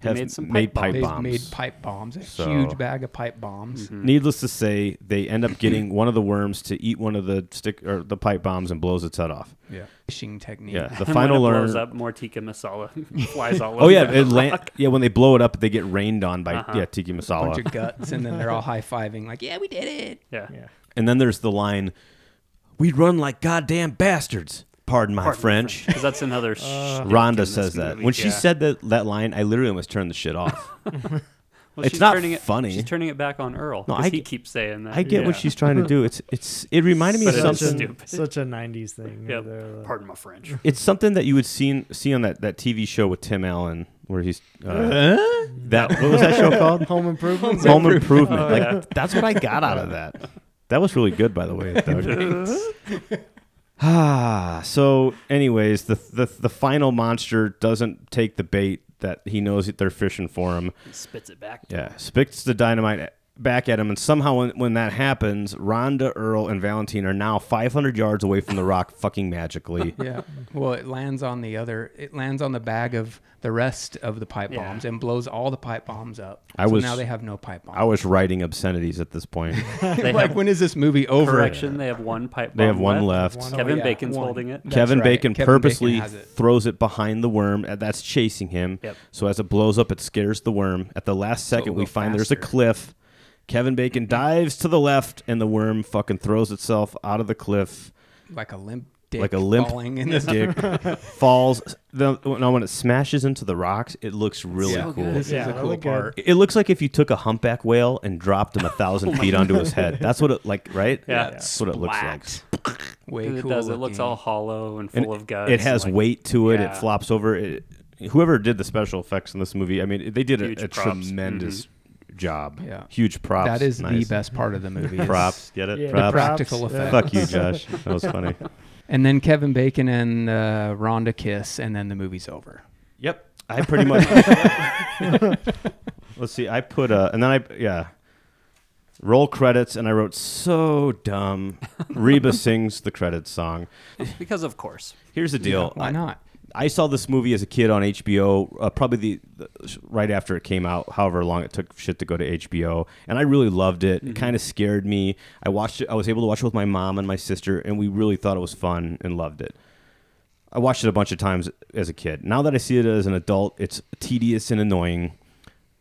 E: They
B: have
E: made some pipe
D: They've
B: bombs.
D: made pipe bombs. A
B: So-
D: huge bag of pipe bombs.
E: Mm-hmm.
B: Mm-hmm. Needless to say, they end up
E: [COUGHS]
B: getting one of the worms to eat one of the stick or the pipe bombs and blows its head off.
D: Yeah. Fishing technique.
E: [LAUGHS]
B: Yeah, the
E: And
B: final
E: when it blows
B: learn.
E: up, more tikka masala [LAUGHS] flies all over.
B: Oh yeah,
E: the
B: it land, yeah. When they blow it up, they get rained on by
E: Uh-huh.
B: yeah tiki masala.
D: Bunch of guts, and then they're all high fiving, like, yeah, we did it.
E: Yeah.
C: yeah.
B: and then there's the line, "We run like goddamn bastards." Pardon my French.
E: Because that's another. shtick in
B: Rhonda
E: this
B: says that
E: movie,
B: when she
E: yeah.
B: said that that line, I literally almost turned the shit off.
E: Well,
B: It's
E: she's
B: not
E: turning it,
B: funny.
E: She's turning it back on Earl.
B: No,
E: No,
B: I
E: he
B: get-
E: keeps saying that.
B: I get what
C: Yeah.
B: she's trying to do. It's it's it reminded me
E: But
B: of
E: it is
B: something.
E: stupid.
C: Such a '90s thing.
E: Yeah.
C: They're uh, like-
E: Pardon my French.
B: It's something that you would see see on that, that TV show with Tim Allen where he's uh, that what was that show called?
C: Home Improvement.
B: Home Improvement.
E: Oh,
B: like
E: yeah.
B: that's what I got out of that. That was really good, by the way, Doug. ah, so anyways, the, the the final monster doesn't take the bait that he knows that they're fishing for him.
E: He spits it back.
B: Yeah, spits the dynamite a- back at him, and somehow when, when that happens, Rhonda, Earl, and Valentine are now 500 yards away from the rock, fucking magically.
D: Yeah. Well, it lands on the other. It lands on the bag of the rest of the pipe
E: Yeah.
D: bombs and blows all the pipe bombs up.
B: I
D: so
B: was-
D: now they have no pipe bombs.
B: I was writing obscenities at this point.
E: They
D: like,
E: have
D: when is this movie over?
E: correction. They have one pipe.
B: They have
E: bomb
B: one left.
C: One
E: Kevin
D: Oh, yeah,
E: Bacon's
D: one.
E: holding it.
D: That's
B: Kevin
D: right.
B: Bacon
D: Kevin
B: purposely
D: Bacon has it.
B: throws it behind the worm and that's chasing him.
E: Yep.
B: So as it blows up, it scares the worm. At the last second,
D: it'll
B: we
D: go
B: find there's a
D: faster.
B: cliff. Kevin Bacon dives to the left, and the worm fucking throws itself out of the cliff
D: Like a limp dick.
B: like a limp
D: falling in this. [LAUGHS]
B: dick. [LAUGHS] falls. The, no, when it smashes into the rocks, it looks really cool.
E: So good.
D: This
C: Yeah,
D: is a
C: that
D: cool
C: looked good.
D: part.
B: It looks like if you took a humpback whale and dropped him a thousand feet onto his head. That's what it like, right?
E: Yeah.
B: that's what it looks like.
D: Way
E: It
D: cool.
E: does. It looks
D: looking.
E: all hollow and
B: And
E: full of guts.
B: It has
E: like,
B: weight to it. It
E: yeah.
B: flops over. It, whoever did the special effects in this movie, I mean, they did
E: Huge
B: a, a
E: props. Mm-hmm.
B: tremendous job.
D: Yeah.
B: Huge props.
D: That is
B: Nice.
D: the best part of
B: [LAUGHS]
D: the movie. is
B: Props. Get it?
C: Yeah.
D: The
B: Props.
D: practical
C: Props. uh,
D: effect.
B: Fuck you, Josh. That was
E: [LAUGHS]
B: funny.
D: And then Kevin Bacon and uh, Rhonda kiss, and then the movie's over.
B: Yep. I pretty much.
E: [LAUGHS]
B: Let's see. I put uh, and then I yeah. Roll credits, and I wrote so dumb. Reba [LAUGHS] sings the credits song.
E: [LAUGHS] Because
B: [LAUGHS]
E: of course.
B: Here's the deal.
D: Why
B: I-
D: not?
B: I saw this movie as a kid on HBO, uh, probably the, the right after it came out. However long it took shit to go to HBO, and I really loved it. It kind of scared me. I watched it. I was able to watch it with my mom and my sister, and we really thought it was fun and loved it. I watched it a bunch of times as a kid. Now that I see it as an adult, it's tedious and annoying.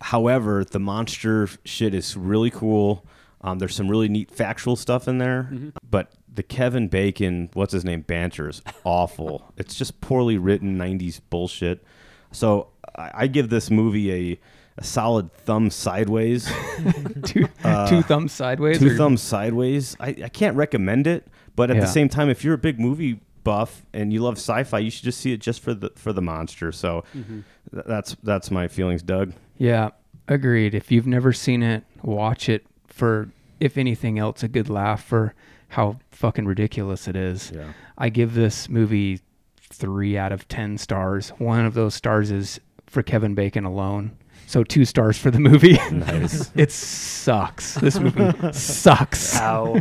B: However, the monster shit is really cool. Um, there's some really neat factual stuff in there, but the Kevin Bacon, what's his name, banter is awful. it's just poorly written '90s bullshit. So I, I give this movie a, a solid thumb sideways,
D: [LAUGHS] two, two thumbs sideways.
B: Uh, two
D: or-
B: thumbs sideways. I, I can't recommend it, but at
D: Yeah.
B: the same time, if you're a big movie buff and you love sci-fi, you should just see it just for the for the monster. So
E: Mm-hmm.
B: th- that's that's my feelings, Doug.
D: Yeah, agreed. If you've never seen it, watch it for, if anything else, a good laugh for how fucking ridiculous it is.
B: Yeah.
D: I give this movie three out of 10 stars. One of those stars is for Kevin Bacon alone. So two stars for the movie. [LAUGHS]
B: Nice.
D: it sucks. This movie
B: [LAUGHS]
D: sucks.
E: How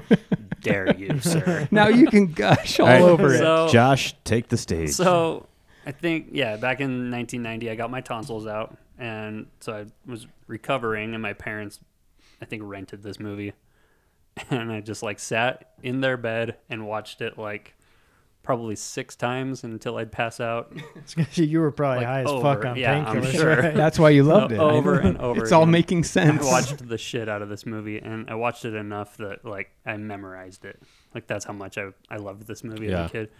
E: dare you, sir?
D: Now you can gush all,
B: All right.
D: over it.
E: So-
B: Josh, take the stage.
E: So I think yeah, back in 1990, I got my tonsils out, and so I was recovering, and my parents, I think, rented this movie, [LAUGHS] and I just like sat in their bed and watched it like probably six times until I'd pass out.
C: [LAUGHS] you were probably
E: Like,
C: high as
E: over.
C: fuck on
E: Yeah, I'm
C: painkillers.
E: sure.
C: [LAUGHS] right?
F: That's why you loved it.
E: Over and over
F: It's all
E: again.
F: making
E: I
F: sense.
E: watched the shit out of this movie, and I watched it enough that like I memorized it. Like that's how much I I loved this movie
B: Yeah.
E: as a kid.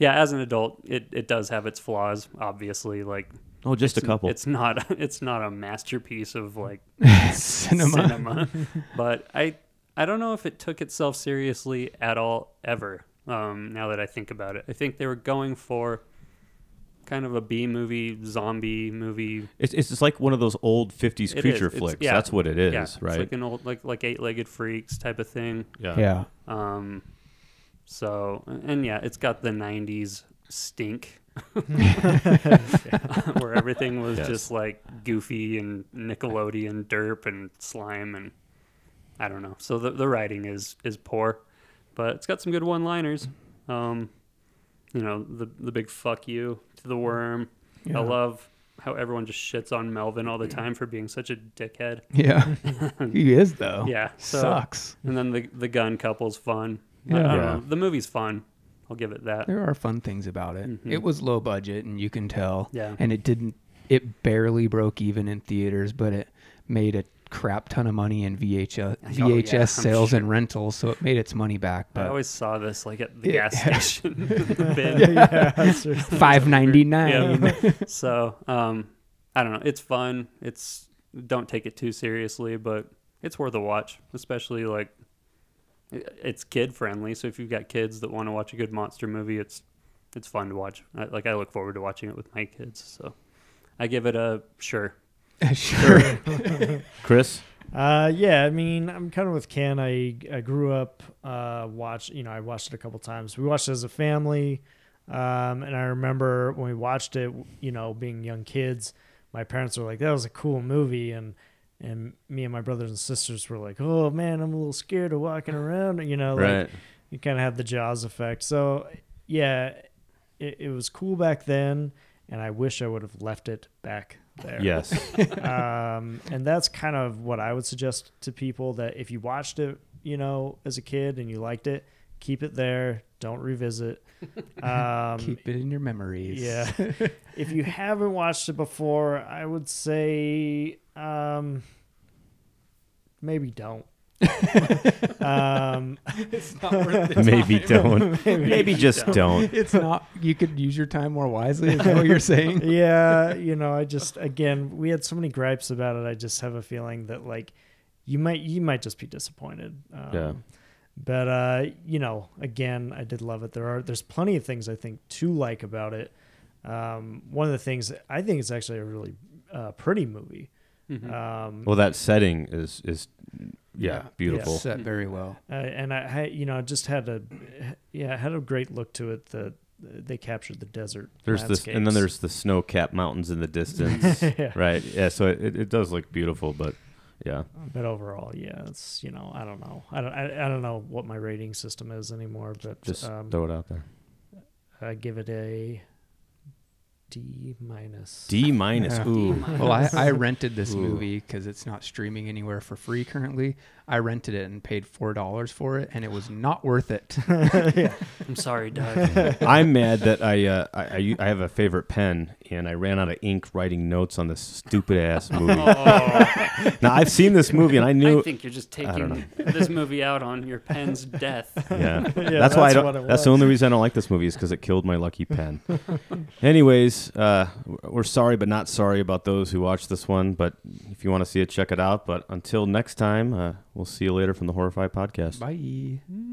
E: Yeah, as an adult, it, it does have its flaws, obviously. Like
B: Oh, just a couple.
E: It's not it's not a [LAUGHS] masterpiece of like
F: Cinema.
E: [LAUGHS]
D: [LAUGHS]
B: [LAUGHS]
E: cinema. but I I don't know if it took itself seriously at all ever. Um, now that I think about it, I think they were going for kind of a B movie, zombie movie.
B: It's, it's just like one of those old 50s
E: It
B: creature
E: is. It's-
B: flicks.
E: yeah.
B: That's what it is,
E: yeah, it's
B: right?
E: like an old like like eight legged freaks type of thing.
F: Yeah.
E: Um, so and yeah, it's got the '90s stink, where everything was
B: Yes.
E: just like goofy and Nickelodeon derp and slime and I don't know. So the the writing is is poor, but it's got some good one-liners. Um, you know the the big fuck you to the worm.
F: Yeah.
E: I love how everyone just shits on Melvin all the time for being such a dickhead. [LAUGHS]
F: Yeah. he is though.
D: Oh,
E: Yeah, so-
F: Sucks.
E: And then the the gun couple's fun. I- I,
F: Yeah.
E: don't
B: Yeah.
E: know. The movie's fun. I'll give it that.
F: There are fun things about it.
E: Mm-hmm.
F: It was low budget and you can tell.
E: Yeah.
F: And it didn't it barely broke even in theaters, but it made a crap ton of money in VHS VHS
E: Oh, yeah, I'm
F: sales
E: sure.
F: and rentals, so it made its money back.
E: I
F: But
E: always saw this like at the
F: Yeah.
E: gas station. [LAUGHS] the bin.
C: yeah, seriously.
F: five ninety nine.
E: Yeah. so um, I don't know. It's fun. It's don't take it too seriously, but it's worth a watch, especially like i- it's kid friendly. So if you've got kids that want to watch a good monster movie, it's it's fun to watch. I, like I look forward to watching it with my kids. So I give it a sure.
F: [LAUGHS] sure.
B: Chris?
C: Uh, yeah, I mean, I'm kind of with Ken. I I grew up uh, watch. You know, I watched it a couple times. We watched it as a family, um, and I remember when we watched it. You know, being young kids, my parents were like, "That was a cool movie," and and me and my brothers and sisters were like, "Oh man, I'm a little scared of walking around." You know, like
B: Right.
C: you kind of had the Jaws effect. So yeah, it, it was cool back then, and I wish I would have left it back
B: [LAUGHS]
C: there
B: Yes.
C: um, and that's kind of what I would suggest to people that if you watched it, you know, as a kid and you liked it, keep it there. Don't revisit. Um,
F: Keep it in your memories.
C: yeah. [LAUGHS] if you haven't watched it before, I would say um, maybe don't. um,
F: It's not worth it.
B: Maybe don't. [LAUGHS] Maybe just don't.
F: It's not you could use your time more wisely, is that what
E: [LAUGHS]
F: you're saying?
C: yeah, you know, I just again, we had so many gripes about it. I just have a feeling that like you might you might just be disappointed. Um,
B: Yeah.
C: But uh, you know, again, I did love it. There are there's plenty of things I think to like about it. Um, one of the things I think it's actually a really uh, pretty movie.
E: Mm-hmm.
B: Mm-hmm.
C: Um,
B: Well, that setting is is yeah, beautiful.
F: It's set very well.
C: uh, and I, had- you know, just had a yeah, it had a great look to it. That they captured the desert.
B: There's this, and then
C: landscapes.
B: there's the snow-capped mountains in the distance,
C: [LAUGHS] Yeah.
B: right? Yeah, so it, it does look beautiful, but yeah,
C: But overall, yeah, it's you know, I don't know, I don't, I, I don't know what my rating system is anymore. But
B: just
C: um,
B: throw it out there.
C: I give it a D minus.
B: D minus.
F: Yeah.
E: Oh
B: Ooh,
F: Well, I, I rented this movie because it's not streaming anywhere for free currently. I rented it and paid four dollars for it, and it was not worth it.
E: I'm
F: [LAUGHS]
E: sorry,
B: [LAUGHS]
E: Doug.
B: I'm mad that I, uh, I I u- I have a favorite pen and I ran out of ink writing notes on this stupid ass movie.
C: [LAUGHS]
B: Now I've seen this movie and I knew.
E: Oh. I think you're just
B: don't
E: taking this movie out on your pen's death.
B: [LAUGHS] yeah. that's why I
C: that's what
B: don't.
C: it
B: That's the
C: was.
B: only reason I don't like this movie is because it killed my lucky pen. Anyways, uh, w- we're sorry but not sorry about those who watched this one. But if you want to see it, check it out. But until next time, uh, we'll see you later from the Horrify Podcast.
F: Bye.